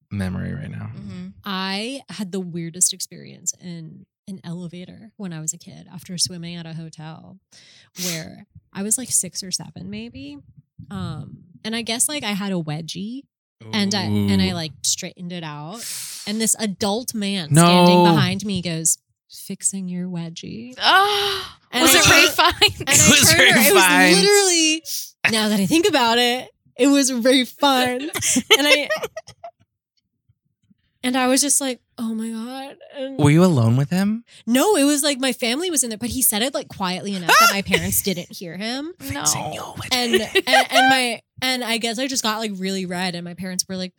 [SPEAKER 1] memory right now.
[SPEAKER 2] Mm-hmm.
[SPEAKER 3] Mhm.
[SPEAKER 2] I had the weirdest experience in an elevator when I was a kid after swimming at a hotel where I was like six or seven, maybe. Um, and I guess like I had a wedgie
[SPEAKER 3] Mm-hmm.
[SPEAKER 2] and I and I
[SPEAKER 1] Ooh.
[SPEAKER 2] like straightened it out. And this adult man
[SPEAKER 1] No.
[SPEAKER 2] standing behind me goes, fixing your wedgie.
[SPEAKER 3] Ah,
[SPEAKER 2] And
[SPEAKER 3] was
[SPEAKER 2] I
[SPEAKER 3] it
[SPEAKER 2] turned-
[SPEAKER 3] Ray Fine?
[SPEAKER 2] And I
[SPEAKER 1] It was
[SPEAKER 2] turned
[SPEAKER 1] Ray
[SPEAKER 2] her, it was
[SPEAKER 1] Fiennes.
[SPEAKER 2] literally, now that I think about it, it was Ray Fun. And I and I was just like, oh my God. And-
[SPEAKER 1] Were you alone with him?
[SPEAKER 2] no, it was like my family was in there, but he said it like quietly enough that my parents didn't hear him.
[SPEAKER 3] no.
[SPEAKER 2] And, and and my and I guess I just got like really red and my parents were like,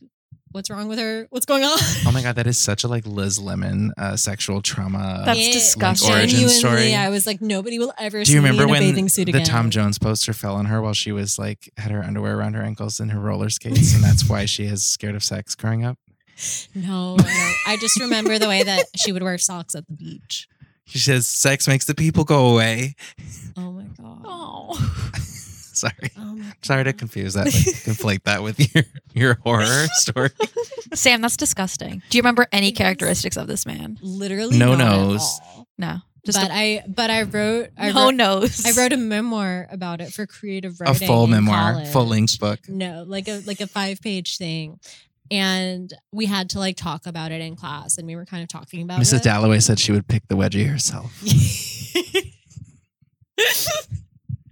[SPEAKER 2] What's wrong with her? What's going on?
[SPEAKER 1] Oh my god, that is such a like Liz Lemon uh, sexual trauma.
[SPEAKER 3] That's
[SPEAKER 2] It-
[SPEAKER 3] disgusting.
[SPEAKER 1] Like origin
[SPEAKER 2] Genuinely,
[SPEAKER 1] story.
[SPEAKER 2] I was like, nobody will ever
[SPEAKER 1] Do
[SPEAKER 2] see
[SPEAKER 1] you
[SPEAKER 2] me
[SPEAKER 1] remember
[SPEAKER 2] in a
[SPEAKER 1] when
[SPEAKER 2] bathing suit
[SPEAKER 1] the
[SPEAKER 2] again.
[SPEAKER 1] Tom Jones poster fell on her while she was like had her underwear around her ankles and her roller skates, and that's why she is scared of sex growing up?
[SPEAKER 2] No, I, don't. I just remember the way that she would wear socks at the beach.
[SPEAKER 1] She says sex makes the people go away.
[SPEAKER 2] Oh my god.
[SPEAKER 3] Oh.
[SPEAKER 1] Sorry,
[SPEAKER 2] Oh my
[SPEAKER 1] sorry to
[SPEAKER 2] God.
[SPEAKER 1] confuse that, like, conflate that with your your horror story.
[SPEAKER 3] Sam, that's disgusting. Do you remember any
[SPEAKER 2] Yes.
[SPEAKER 3] characteristics of this man?
[SPEAKER 2] Literally
[SPEAKER 1] No
[SPEAKER 2] no
[SPEAKER 1] nos.
[SPEAKER 2] nose.
[SPEAKER 3] No. Just
[SPEAKER 2] But I but I wrote
[SPEAKER 3] a,
[SPEAKER 2] I
[SPEAKER 3] no
[SPEAKER 2] wrote
[SPEAKER 3] nose.
[SPEAKER 2] I wrote a memoir about it for creative
[SPEAKER 1] a
[SPEAKER 2] writing.
[SPEAKER 1] full
[SPEAKER 2] in
[SPEAKER 1] memoir,
[SPEAKER 2] college.
[SPEAKER 1] full length book.
[SPEAKER 2] No, like a like a five page thing. And we had to like talk about it in class and we were kind of talking about
[SPEAKER 1] Mrs.
[SPEAKER 2] it.
[SPEAKER 1] Dalloway said she would pick the wedgie herself.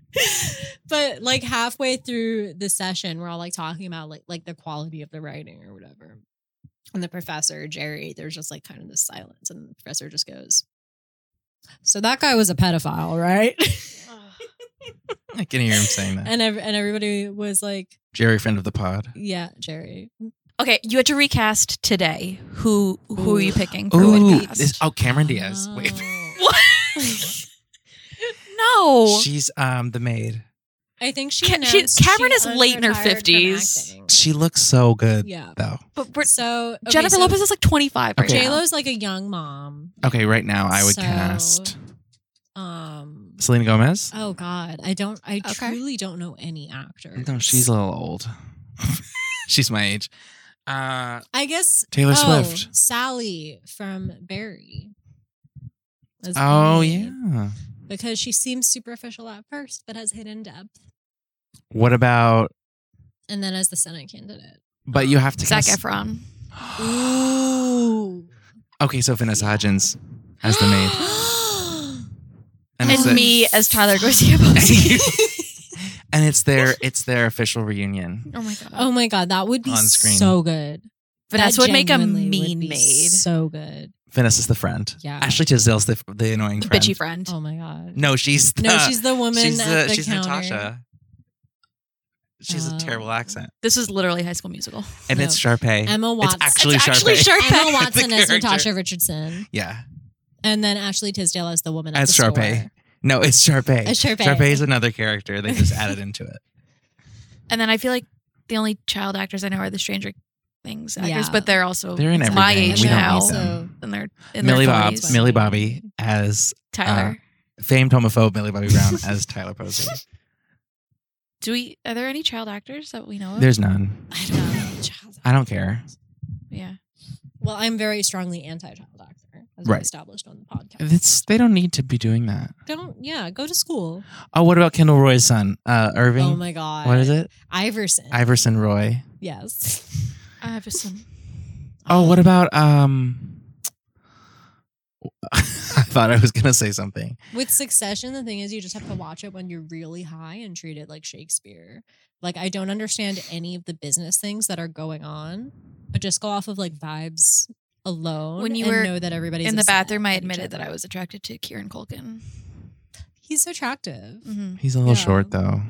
[SPEAKER 2] but like halfway through the session, we're all like talking about like like the quality of the writing or whatever. And the professor, Jerry, there's just like kind of this silence, and the professor just goes, So that guy was a pedophile, right?
[SPEAKER 1] I can hear him saying that.
[SPEAKER 2] and ev- and everybody was like,
[SPEAKER 1] Jerry, friend of the pod.
[SPEAKER 2] "Yeah, Jerry."
[SPEAKER 3] Okay, you had to recast today. Who who are you
[SPEAKER 2] Ooh.
[SPEAKER 3] picking for
[SPEAKER 1] Ooh,
[SPEAKER 3] Whitby?
[SPEAKER 1] this, oh, Cameron Diaz. Wait,
[SPEAKER 2] Oh.
[SPEAKER 3] What? no.
[SPEAKER 1] she's um the maid.
[SPEAKER 2] I think she.
[SPEAKER 3] Ca- she-
[SPEAKER 2] announced
[SPEAKER 3] Cameron is late in her
[SPEAKER 2] unretired from
[SPEAKER 3] 50s.
[SPEAKER 2] acting.
[SPEAKER 1] She looks so good
[SPEAKER 2] Yeah.
[SPEAKER 1] though.
[SPEAKER 3] but we're,
[SPEAKER 2] So okay,
[SPEAKER 3] Jennifer
[SPEAKER 2] so
[SPEAKER 3] Lopez is like 25 right
[SPEAKER 1] Okay.
[SPEAKER 2] J
[SPEAKER 3] now.
[SPEAKER 2] Lo's like a young mom.
[SPEAKER 1] Okay, right now I would
[SPEAKER 2] So- uh,
[SPEAKER 1] cast
[SPEAKER 2] Um.
[SPEAKER 1] Selena Gomez.
[SPEAKER 2] Oh God, I don't. I
[SPEAKER 3] Okay.
[SPEAKER 2] truly don't know any actors.
[SPEAKER 1] No, she's a little old. she's my age. Uh,
[SPEAKER 2] I guess
[SPEAKER 1] Taylor
[SPEAKER 2] oh,
[SPEAKER 1] Swift.
[SPEAKER 2] Sally from Barry. As
[SPEAKER 1] Oh
[SPEAKER 2] Amy,
[SPEAKER 1] yeah.
[SPEAKER 2] because she seems superficial at first, but has hidden depth.
[SPEAKER 1] What about?
[SPEAKER 2] And then as the Senate candidate,
[SPEAKER 1] But you have to
[SPEAKER 3] Zach
[SPEAKER 1] cast-
[SPEAKER 3] Efron.
[SPEAKER 2] ooh,
[SPEAKER 1] Okay, so Vanessa Hudgens as the maid,
[SPEAKER 3] And,
[SPEAKER 1] it's the-
[SPEAKER 3] me as Tyler Garcia Posey.
[SPEAKER 1] and it's their it's their official reunion.
[SPEAKER 3] oh my god.
[SPEAKER 2] oh my god, that would be
[SPEAKER 1] On screen.
[SPEAKER 2] so good.
[SPEAKER 3] Vanessa
[SPEAKER 2] That
[SPEAKER 3] would make a
[SPEAKER 2] genuinely would
[SPEAKER 3] mean
[SPEAKER 2] be
[SPEAKER 3] maid.
[SPEAKER 2] So good.
[SPEAKER 1] Vanessa's the friend.
[SPEAKER 2] Yeah.
[SPEAKER 1] Ashley Tisdale's the the annoying
[SPEAKER 3] The
[SPEAKER 1] friend.
[SPEAKER 3] bitchy friend.
[SPEAKER 2] Oh my god.
[SPEAKER 1] No, she's the,
[SPEAKER 2] no, she's the woman
[SPEAKER 1] she's
[SPEAKER 2] at the
[SPEAKER 1] she's
[SPEAKER 2] counter.
[SPEAKER 1] Natasha. She's a terrible
[SPEAKER 2] Oh.
[SPEAKER 1] accent,
[SPEAKER 3] This was literally High School musical.
[SPEAKER 1] and
[SPEAKER 2] No.
[SPEAKER 1] it's Sharpay.
[SPEAKER 2] Emma Watson.
[SPEAKER 1] It's actually
[SPEAKER 3] It's
[SPEAKER 1] Sharpay.
[SPEAKER 3] actually Sharpay.
[SPEAKER 2] Emma Watson as
[SPEAKER 1] character.
[SPEAKER 2] Natasha Richardson,
[SPEAKER 1] yeah,
[SPEAKER 2] and then Ashley Tisdale as the woman at
[SPEAKER 1] As
[SPEAKER 2] the store.
[SPEAKER 1] Sharpay. no, it's Sharpay.
[SPEAKER 2] As Sharpay.
[SPEAKER 1] Sharpay is another character they just added into it.
[SPEAKER 3] And then I feel like the only child actors I know are the Stranger Things actors,
[SPEAKER 2] Yeah.
[SPEAKER 3] but they're also
[SPEAKER 1] They're in
[SPEAKER 3] it's my
[SPEAKER 1] everything.
[SPEAKER 3] age
[SPEAKER 1] We don't need
[SPEAKER 3] now.
[SPEAKER 1] them.
[SPEAKER 3] And they're in
[SPEAKER 1] Millie
[SPEAKER 3] their
[SPEAKER 1] Bob,
[SPEAKER 3] 40s.
[SPEAKER 1] Millie uh, Bobby as
[SPEAKER 3] Tyler.
[SPEAKER 1] famed homophobe Millie Bobby Brown as Tyler Posey.
[SPEAKER 3] Do we? Are there any child actors that we know of?
[SPEAKER 1] There's none.
[SPEAKER 2] I don't know. Child
[SPEAKER 1] I don't care.
[SPEAKER 3] yeah.
[SPEAKER 2] Well, I'm very strongly anti-child actor, as we
[SPEAKER 1] Right.
[SPEAKER 2] established on the podcast.
[SPEAKER 1] It's, they don't need to be doing that.
[SPEAKER 2] Don't, yeah, go to school.
[SPEAKER 1] Oh, what about Kendall Roy's son, uh, Irving?
[SPEAKER 2] Oh my god,
[SPEAKER 1] what is it?
[SPEAKER 2] Iverson.
[SPEAKER 1] Iverson Roy.
[SPEAKER 2] Yes.
[SPEAKER 3] I have some.
[SPEAKER 1] Oh, what about um? I thought I was gonna say something.
[SPEAKER 2] With Succession, the thing is, you just have to watch it when you're really high and treat it like Shakespeare. Like, I don't understand any of the business things that are going on, but just go off of like vibes alone.
[SPEAKER 3] When you
[SPEAKER 2] and
[SPEAKER 3] were
[SPEAKER 2] know that everybody's
[SPEAKER 3] In the
[SPEAKER 2] upset
[SPEAKER 3] bathroom, I
[SPEAKER 2] at each
[SPEAKER 3] admitted that
[SPEAKER 2] other.
[SPEAKER 3] I was attracted to Kieran Culkin.
[SPEAKER 2] He's attractive.
[SPEAKER 3] Mm-hmm.
[SPEAKER 1] He's a little
[SPEAKER 2] Yeah.
[SPEAKER 1] short though.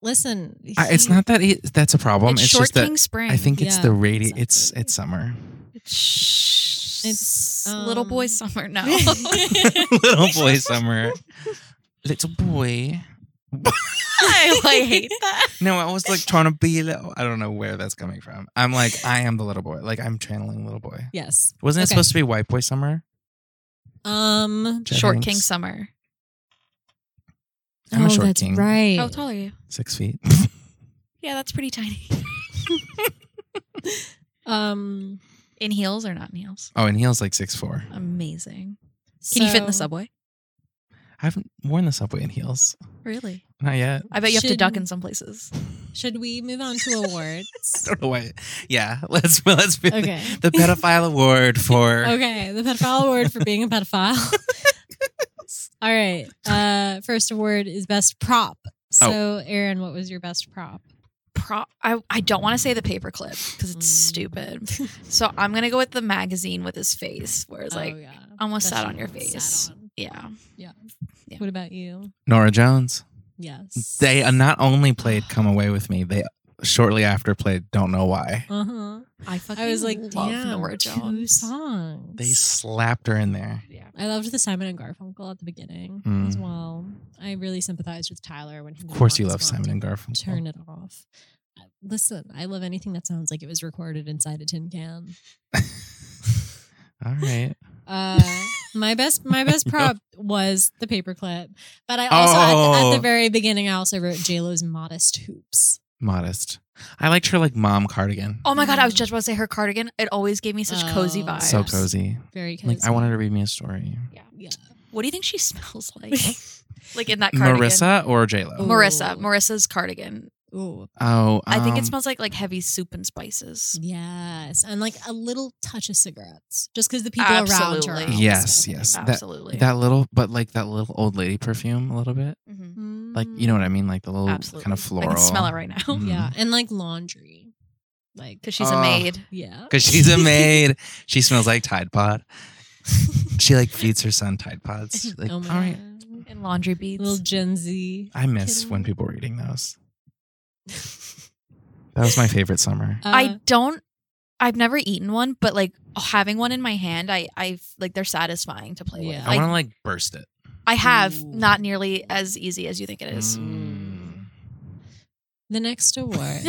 [SPEAKER 2] Listen,
[SPEAKER 1] I, it's
[SPEAKER 2] he-
[SPEAKER 1] not that he, that's a problem. It's,
[SPEAKER 3] it's short
[SPEAKER 1] just that
[SPEAKER 3] King Spring.
[SPEAKER 1] I think it's
[SPEAKER 2] Yeah,
[SPEAKER 1] the radio. It's
[SPEAKER 2] exactly.
[SPEAKER 1] it's summer.
[SPEAKER 3] it's,
[SPEAKER 2] It's,
[SPEAKER 3] little boy
[SPEAKER 2] um,
[SPEAKER 3] summer now.
[SPEAKER 1] little boy summer. Little boy.
[SPEAKER 3] I like, hate that.
[SPEAKER 1] No, I was like trying to be little. I don't know where that's coming from. I'm like I am the little boy. Like I'm channeling little boy.
[SPEAKER 2] Yes.
[SPEAKER 1] Wasn't it
[SPEAKER 2] Okay.
[SPEAKER 1] supposed to be white boy summer?
[SPEAKER 2] Um.
[SPEAKER 1] Jed
[SPEAKER 3] Short
[SPEAKER 1] Hanks?
[SPEAKER 3] King Summer.
[SPEAKER 1] I'm a
[SPEAKER 2] oh,
[SPEAKER 1] short
[SPEAKER 2] that's
[SPEAKER 1] king.
[SPEAKER 2] right.
[SPEAKER 3] How tall are you?
[SPEAKER 1] Six feet.
[SPEAKER 3] Yeah, that's pretty tiny.
[SPEAKER 2] Um.
[SPEAKER 3] In heels or not in heels?
[SPEAKER 1] Oh, and heels like six four.
[SPEAKER 3] Amazing. Can you fit in the
[SPEAKER 2] so-
[SPEAKER 3] subway?
[SPEAKER 1] I haven't worn the subway in heels.
[SPEAKER 3] Really?
[SPEAKER 1] Not yet.
[SPEAKER 3] I bet you have to
[SPEAKER 2] Should-
[SPEAKER 3] duck in some places.
[SPEAKER 2] Should we move on to awards?
[SPEAKER 1] don't know why. Yeah, let's let's be
[SPEAKER 2] Okay.
[SPEAKER 1] the pedophile award for
[SPEAKER 2] okay, the pedophile award for being a pedophile. All right. Uh, first award is best prop. So,
[SPEAKER 3] Oh.
[SPEAKER 2] Aaron, what was your best prop?
[SPEAKER 3] Pro- I, I don't want to say the paperclip because it's
[SPEAKER 2] Mm.
[SPEAKER 3] stupid. So I'm going to go with the magazine with his face, where it's like,
[SPEAKER 2] oh, yeah.
[SPEAKER 3] almost
[SPEAKER 2] That
[SPEAKER 3] sat
[SPEAKER 2] she
[SPEAKER 3] on your
[SPEAKER 2] sat
[SPEAKER 3] face.
[SPEAKER 2] on.
[SPEAKER 3] yeah. Yeah.
[SPEAKER 2] What about you?
[SPEAKER 1] Nora Jones.
[SPEAKER 2] Yes.
[SPEAKER 1] They uh, not only played "Come Away with Me," they shortly after played "Don't Know Why."
[SPEAKER 2] Uh huh.
[SPEAKER 3] I fucking
[SPEAKER 2] I was like,
[SPEAKER 3] love
[SPEAKER 2] damn,
[SPEAKER 3] Nora
[SPEAKER 2] two
[SPEAKER 3] Jones.
[SPEAKER 2] songs.
[SPEAKER 1] They slapped her in there.
[SPEAKER 3] Yeah.
[SPEAKER 2] I loved the Simon and Garfunkel at the beginning
[SPEAKER 1] Mm.
[SPEAKER 2] as well. I really sympathized with Tyler when he.
[SPEAKER 1] Of course, you love Simon and Garfunkel.
[SPEAKER 2] Turn it off. Uh, Listen, I love anything that sounds like it was recorded inside a tin can.
[SPEAKER 1] All right.
[SPEAKER 2] Uh, my best my best prop was the paperclip, but I also at the- at, the,
[SPEAKER 1] Oh.
[SPEAKER 2] very beginning I also wrote J Lo's modest hoops.
[SPEAKER 1] Modest. I liked her like mom cardigan.
[SPEAKER 3] Oh my god, I was
[SPEAKER 2] Mm.
[SPEAKER 3] just about to say her cardigan. It always gave me such cozy
[SPEAKER 2] Oh.
[SPEAKER 3] vibes.
[SPEAKER 1] so
[SPEAKER 2] yes.
[SPEAKER 1] cozy.
[SPEAKER 2] Very cozy.
[SPEAKER 1] Like I wanted to read me a story.
[SPEAKER 2] Yeah.
[SPEAKER 3] What do you think she smells like? like in that cardigan.
[SPEAKER 1] Marissa or J Lo?
[SPEAKER 2] Ooh.
[SPEAKER 3] Marissa. Marissa's cardigan.
[SPEAKER 2] Ooh.
[SPEAKER 1] Oh,
[SPEAKER 3] I think
[SPEAKER 1] um,
[SPEAKER 3] it smells like like heavy soup and spices.
[SPEAKER 2] Yes, and like a little touch of cigarettes, just because the people around her.
[SPEAKER 3] Absolutely.
[SPEAKER 2] are also
[SPEAKER 1] Yes,
[SPEAKER 2] smoking.
[SPEAKER 1] yes. That-
[SPEAKER 3] Absolutely.
[SPEAKER 1] that little, but like that little old lady perfume a little bit.
[SPEAKER 2] Mm-hmm.
[SPEAKER 3] Mhm.
[SPEAKER 1] Like you know what I mean? Like the little
[SPEAKER 3] Absolutely.
[SPEAKER 1] kind of floral.
[SPEAKER 3] I can smell it right now
[SPEAKER 1] Mhm.
[SPEAKER 2] Mm-hmm. Yeah, and like laundry, like
[SPEAKER 3] because she's
[SPEAKER 1] Oh.
[SPEAKER 3] a maid.
[SPEAKER 2] yeah,
[SPEAKER 1] Cause she's a maid. she smells like Tide Pod. She like feeds her son Tide Pods. She's Like,
[SPEAKER 2] oh
[SPEAKER 1] all
[SPEAKER 2] my
[SPEAKER 1] right,
[SPEAKER 2] God.
[SPEAKER 3] and laundry beads.
[SPEAKER 2] Little Gen Z.
[SPEAKER 1] I miss
[SPEAKER 2] Kidding.
[SPEAKER 1] when people were eating those. That was my favorite summer.
[SPEAKER 2] Uh,
[SPEAKER 3] I don't. I've never eaten one, but like having one in my hand, I I like they're satisfying to play
[SPEAKER 2] Yeah.
[SPEAKER 3] with.
[SPEAKER 1] I
[SPEAKER 3] Like,
[SPEAKER 1] want to like burst it.
[SPEAKER 3] I have
[SPEAKER 2] Ooh.
[SPEAKER 3] not nearly as easy as you think it is.
[SPEAKER 1] Mm.
[SPEAKER 2] the next award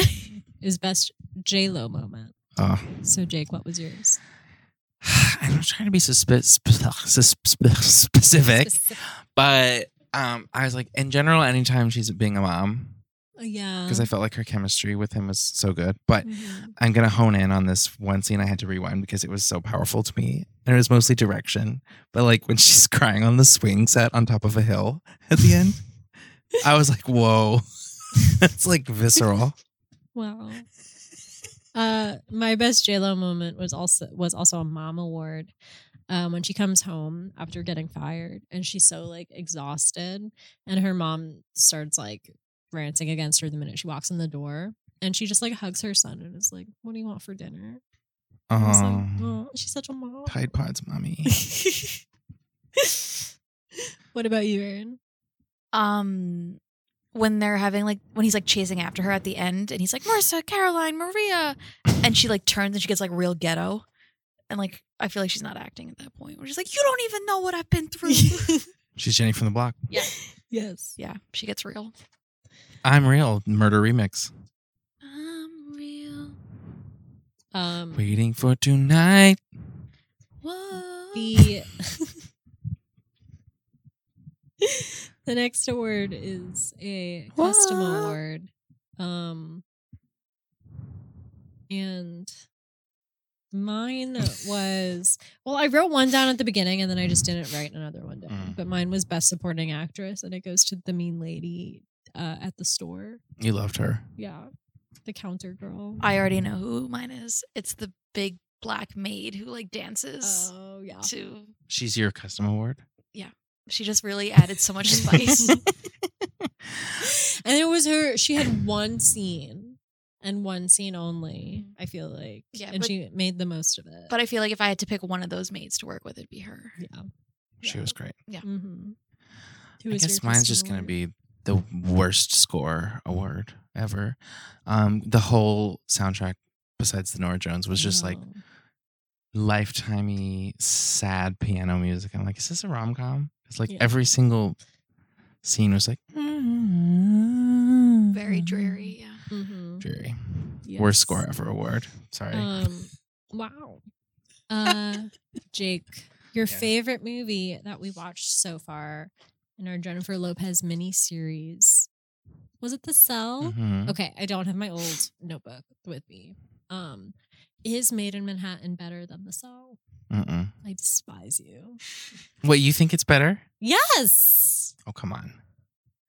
[SPEAKER 2] is best J Lo moment.
[SPEAKER 1] Oh.
[SPEAKER 2] So Jake, what was yours?
[SPEAKER 1] I'm trying to be suspi- sp- sus- sp- specific,
[SPEAKER 2] Speci-
[SPEAKER 1] but um, I was like, in general, anytime she's being a mom,
[SPEAKER 2] Uh, yeah.
[SPEAKER 1] because I felt like her chemistry with him was so good. But
[SPEAKER 2] Mhm.
[SPEAKER 1] I'm gonna hone in on this one scene. I had to rewind because it was so powerful to me, and it was mostly direction. But like when she's crying on the swing set on top of a hill at the end, I was like, whoa, that's like visceral.
[SPEAKER 2] Wow. Uh, my best J Lo moment was also was also a mom award. Um, when she comes home after getting fired and she's so like exhausted, and her mom starts like ranting against her the minute she walks in the door, and she just like hugs her son and is like, "What do you want for dinner?" And I was like,
[SPEAKER 1] Um,
[SPEAKER 2] "Oh, she's such a mom."
[SPEAKER 1] Tide Pods, mommy.
[SPEAKER 2] what about you, Erin?
[SPEAKER 3] Um, when they're having like when he's like chasing after her at the end, and he's like Marissa, Caroline, Maria, and she like turns and she gets like real ghetto, and like I feel like she's not acting at that point. Where she's like, you don't even know what I've been through.
[SPEAKER 1] She's Jenny from the block.
[SPEAKER 2] yes.
[SPEAKER 3] yeah, she gets real.
[SPEAKER 1] I'm real. Murder remix.
[SPEAKER 3] I'm real.
[SPEAKER 2] Um,
[SPEAKER 1] Waiting for tonight.
[SPEAKER 3] Whoa.
[SPEAKER 2] the the next award is a custom
[SPEAKER 3] What?
[SPEAKER 2] award um and mine was well i wrote one down at the beginning and then i just didn't write another one down
[SPEAKER 1] Mm.
[SPEAKER 2] but mine was best supporting actress and it goes to the mean lady uh, at the store
[SPEAKER 1] You loved her.
[SPEAKER 2] yeah the counter girl
[SPEAKER 3] I already know who mine is. It's the big black maid who like dances
[SPEAKER 2] oh yeah
[SPEAKER 3] to.
[SPEAKER 1] She's your custom award.
[SPEAKER 3] She just really added so much spice.
[SPEAKER 2] and it was her she had one scene and one scene only i feel like
[SPEAKER 3] Mm-hmm. Yeah,
[SPEAKER 2] and
[SPEAKER 3] but-
[SPEAKER 2] she made the most of it
[SPEAKER 3] but I feel like if I had to pick one of those maids to work with, it'd be her.
[SPEAKER 2] yeah
[SPEAKER 1] She
[SPEAKER 2] Yeah.
[SPEAKER 1] was great.
[SPEAKER 2] mm-hmm.
[SPEAKER 1] I guess mine's just gonna be the worst score award ever. Um, the whole soundtrack, besides the Nora Jones, was just like lifetimey sad piano music. I'm like, is this a rom com? It's like
[SPEAKER 2] Yeah.
[SPEAKER 1] every single scene was like
[SPEAKER 3] Very dreary. Yeah.
[SPEAKER 2] hmm
[SPEAKER 1] Dreary. Worst score ever award. Sorry.
[SPEAKER 3] Uh,
[SPEAKER 2] um wow uh jake your
[SPEAKER 1] Yeah.
[SPEAKER 2] favorite movie that we watched so far in our jennifer lopez mini series was it the cell
[SPEAKER 1] Mhm.
[SPEAKER 2] Okay, I don't have my old notebook with me. Um, is Made in Manhattan better than the cell?
[SPEAKER 1] Mm-mm.
[SPEAKER 2] I despise you.
[SPEAKER 1] What you think it's better?
[SPEAKER 2] Yes.
[SPEAKER 1] Oh come on,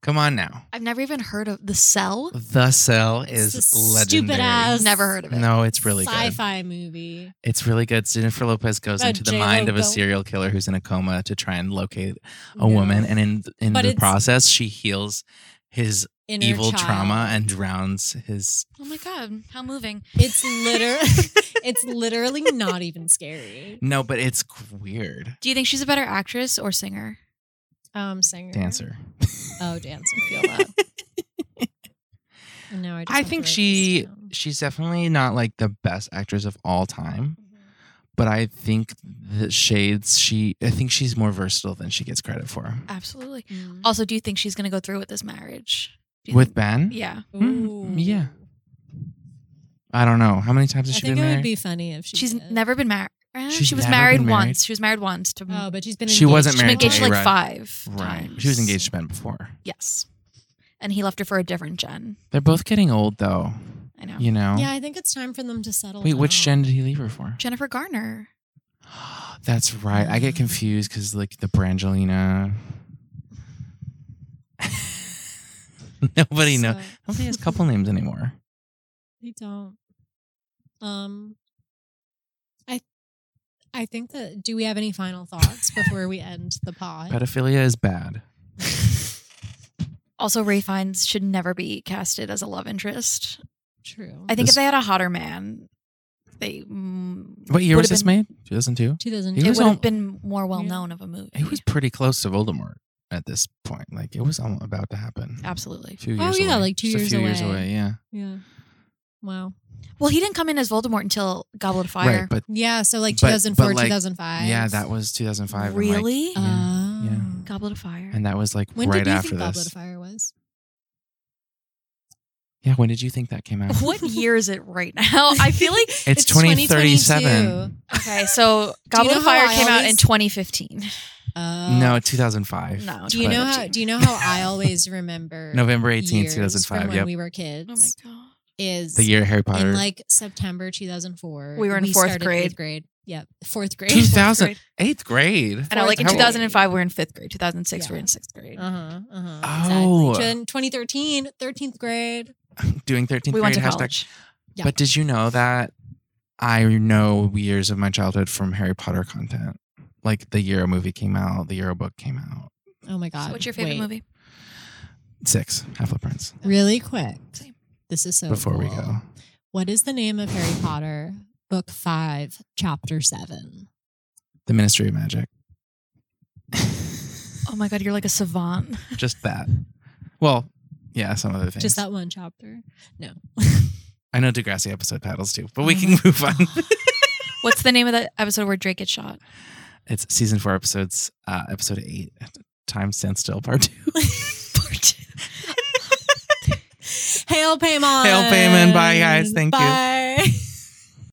[SPEAKER 1] come on now.
[SPEAKER 3] I've never even heard of the cell.
[SPEAKER 1] The Cell
[SPEAKER 2] It's
[SPEAKER 1] is
[SPEAKER 2] the
[SPEAKER 1] legendary.
[SPEAKER 2] stupid-ass
[SPEAKER 3] Never heard of it.
[SPEAKER 1] No, it's really good.
[SPEAKER 2] sci-fi movie.
[SPEAKER 1] It's really good. Jennifer Lopez goes
[SPEAKER 2] About
[SPEAKER 1] into the
[SPEAKER 2] J.Lo
[SPEAKER 1] mind of a
[SPEAKER 2] going-
[SPEAKER 1] serial killer who's in a coma to try and locate a
[SPEAKER 2] No.
[SPEAKER 1] woman, and in in
[SPEAKER 2] But
[SPEAKER 1] the
[SPEAKER 2] it's-
[SPEAKER 1] process, she heals his
[SPEAKER 2] Inner
[SPEAKER 1] evil
[SPEAKER 2] child.
[SPEAKER 1] trauma and drowns his.
[SPEAKER 3] Oh my god, how moving!
[SPEAKER 2] It's liter. it's literally not even scary.
[SPEAKER 1] No, but it's weird.
[SPEAKER 3] Do you think she's a better actress or singer?
[SPEAKER 2] Um, singer,
[SPEAKER 1] Dancer.
[SPEAKER 2] Oh, dancer.
[SPEAKER 3] I feel that.
[SPEAKER 2] And now I, just
[SPEAKER 1] I
[SPEAKER 2] have to
[SPEAKER 1] think
[SPEAKER 2] write this
[SPEAKER 1] she
[SPEAKER 2] down.
[SPEAKER 1] she's definitely not like the best actress of all time,
[SPEAKER 2] Mm-hmm.
[SPEAKER 1] but I think the shades she I think she's more versatile than she gets credit for.
[SPEAKER 3] Absolutely.
[SPEAKER 2] Mm.
[SPEAKER 3] Also, do you think she's gonna go through with this marriage? Do you
[SPEAKER 1] With
[SPEAKER 3] think-
[SPEAKER 1] Ben,
[SPEAKER 3] yeah,
[SPEAKER 1] Mm,
[SPEAKER 2] Ooh.
[SPEAKER 1] yeah. I don't know how many times
[SPEAKER 2] I
[SPEAKER 1] has she
[SPEAKER 2] think
[SPEAKER 1] been
[SPEAKER 2] it
[SPEAKER 1] married.
[SPEAKER 2] would be funny if she
[SPEAKER 3] she's
[SPEAKER 2] did.
[SPEAKER 3] never been married.
[SPEAKER 1] She's
[SPEAKER 3] She was
[SPEAKER 1] never been
[SPEAKER 3] married,
[SPEAKER 1] married.
[SPEAKER 3] once. She was married once to.
[SPEAKER 2] Oh, but she's been.
[SPEAKER 1] She wasn't
[SPEAKER 2] engaged
[SPEAKER 3] She
[SPEAKER 1] married to
[SPEAKER 3] was engaged to like
[SPEAKER 1] A-Rod.
[SPEAKER 3] five.
[SPEAKER 1] Right.
[SPEAKER 3] times.
[SPEAKER 1] She was engaged to Ben before.
[SPEAKER 3] Yes. And he left her for a different gen.
[SPEAKER 1] They're both getting old though,
[SPEAKER 3] I know.
[SPEAKER 1] you know?
[SPEAKER 2] Yeah, I Oh. think it's time for them to settle.
[SPEAKER 1] Wait, which
[SPEAKER 2] down.
[SPEAKER 1] gen did he leave her for?
[SPEAKER 3] Jennifer Garner.
[SPEAKER 1] That's right. I get
[SPEAKER 2] Mm-hmm.
[SPEAKER 1] confused because, like, the Brangelina. Nobody knows.
[SPEAKER 2] So-
[SPEAKER 1] Nobody has couple names anymore.
[SPEAKER 2] They don't. Um I I think that do we have any final thoughts before we end the pod?
[SPEAKER 1] Pedophilia is bad.
[SPEAKER 3] Also, Ray Fiennes should never be casted as a love interest.
[SPEAKER 2] True.
[SPEAKER 3] I think
[SPEAKER 1] This-
[SPEAKER 3] if they had a hotter man, they mm,
[SPEAKER 1] What year
[SPEAKER 3] Would've
[SPEAKER 1] was this
[SPEAKER 3] been-
[SPEAKER 1] made? 2002?
[SPEAKER 2] she doesn't
[SPEAKER 1] He
[SPEAKER 3] it
[SPEAKER 1] was
[SPEAKER 3] would
[SPEAKER 1] on-
[SPEAKER 3] have been more well known of a movie.
[SPEAKER 1] He was pretty close to Voldemort. at this point. Like it was almo- about to happen.
[SPEAKER 3] Absolutely.
[SPEAKER 1] A few
[SPEAKER 2] Oh,
[SPEAKER 1] years
[SPEAKER 2] yeah,
[SPEAKER 1] away.
[SPEAKER 2] like two
[SPEAKER 1] Just
[SPEAKER 2] years
[SPEAKER 1] a few years
[SPEAKER 2] away.
[SPEAKER 1] away. Yeah,
[SPEAKER 2] Yeah. Wow.
[SPEAKER 3] Well, he didn't come in as Voldemort until Goblet of Fire.
[SPEAKER 1] right. But
[SPEAKER 2] Yeah. So like
[SPEAKER 1] But- but,
[SPEAKER 2] 2004,
[SPEAKER 1] like,
[SPEAKER 2] 2005.
[SPEAKER 1] yeah, that was 2005. and, like-
[SPEAKER 3] really?
[SPEAKER 1] Yeah, yeah.
[SPEAKER 2] Oh.
[SPEAKER 3] Goblet of Fire.
[SPEAKER 1] and that was like
[SPEAKER 2] When
[SPEAKER 1] right
[SPEAKER 2] did you
[SPEAKER 1] after
[SPEAKER 2] think
[SPEAKER 1] this.
[SPEAKER 2] Goblet of Fire was?
[SPEAKER 1] Yeah, when did you think that came out?
[SPEAKER 3] what year is it right now? I feel like
[SPEAKER 1] It's,
[SPEAKER 2] It's
[SPEAKER 1] 2037.
[SPEAKER 3] okay. So
[SPEAKER 2] Do you
[SPEAKER 3] Goblet
[SPEAKER 2] know
[SPEAKER 3] of
[SPEAKER 2] how
[SPEAKER 3] Fire
[SPEAKER 2] I
[SPEAKER 3] came out in
[SPEAKER 2] always-
[SPEAKER 3] 2015.
[SPEAKER 2] Oh.
[SPEAKER 1] No, 2005.
[SPEAKER 3] No,
[SPEAKER 2] Do you know how?
[SPEAKER 3] 2015.
[SPEAKER 2] Do you know how I always remember
[SPEAKER 1] November 18th,
[SPEAKER 2] years from
[SPEAKER 1] 2005.
[SPEAKER 2] when
[SPEAKER 1] Yep.
[SPEAKER 2] we were kids?
[SPEAKER 3] Oh my god.
[SPEAKER 2] Is
[SPEAKER 1] the year Harry Potter.
[SPEAKER 2] in like September 2004.
[SPEAKER 3] We were in fourth
[SPEAKER 2] started
[SPEAKER 3] grade.
[SPEAKER 2] Eighth grade. Yep, fourth grade.
[SPEAKER 1] 2000, eighth grade.
[SPEAKER 3] I know, like in
[SPEAKER 1] How old?
[SPEAKER 3] 2005, we're in fifth grade. 2006,
[SPEAKER 2] Yeah.
[SPEAKER 3] we're in sixth grade.
[SPEAKER 2] Uh huh. Uh
[SPEAKER 1] Oh.
[SPEAKER 2] Exactly. Then 2013, 13th grade.
[SPEAKER 1] Doing 13th
[SPEAKER 3] we
[SPEAKER 1] grade
[SPEAKER 3] went to
[SPEAKER 1] hashtag.
[SPEAKER 3] college.
[SPEAKER 2] Yeah.
[SPEAKER 1] But did you know that I know years of my childhood from Harry Potter content? Like the year a movie came out, the year a book came out.
[SPEAKER 2] Oh my god.
[SPEAKER 3] So what's your favorite
[SPEAKER 2] Wait,
[SPEAKER 3] movie?
[SPEAKER 1] Six, Half Blood Prince.
[SPEAKER 2] Really quick.
[SPEAKER 3] Same.
[SPEAKER 2] This is so.
[SPEAKER 1] Before we
[SPEAKER 2] cool.
[SPEAKER 1] go,
[SPEAKER 2] what is the name of Harry Potter? Book five, chapter seven.
[SPEAKER 1] The Ministry of Magic.
[SPEAKER 3] Oh my god, you're like a savant.
[SPEAKER 1] Just that. Well, yeah, some other things.
[SPEAKER 2] Just that one chapter. No.
[SPEAKER 1] I know Degrassi episode titles too, but we
[SPEAKER 2] Oh
[SPEAKER 1] can
[SPEAKER 2] my
[SPEAKER 1] move on.
[SPEAKER 3] What's the name of that episode where Drake gets shot?
[SPEAKER 1] It's season four, episodes, uh, episode eight, Time Stands Still, part two.
[SPEAKER 2] Hail Paymon.
[SPEAKER 1] Hail Paimon. Bye, guys. Thank you.
[SPEAKER 2] Bye.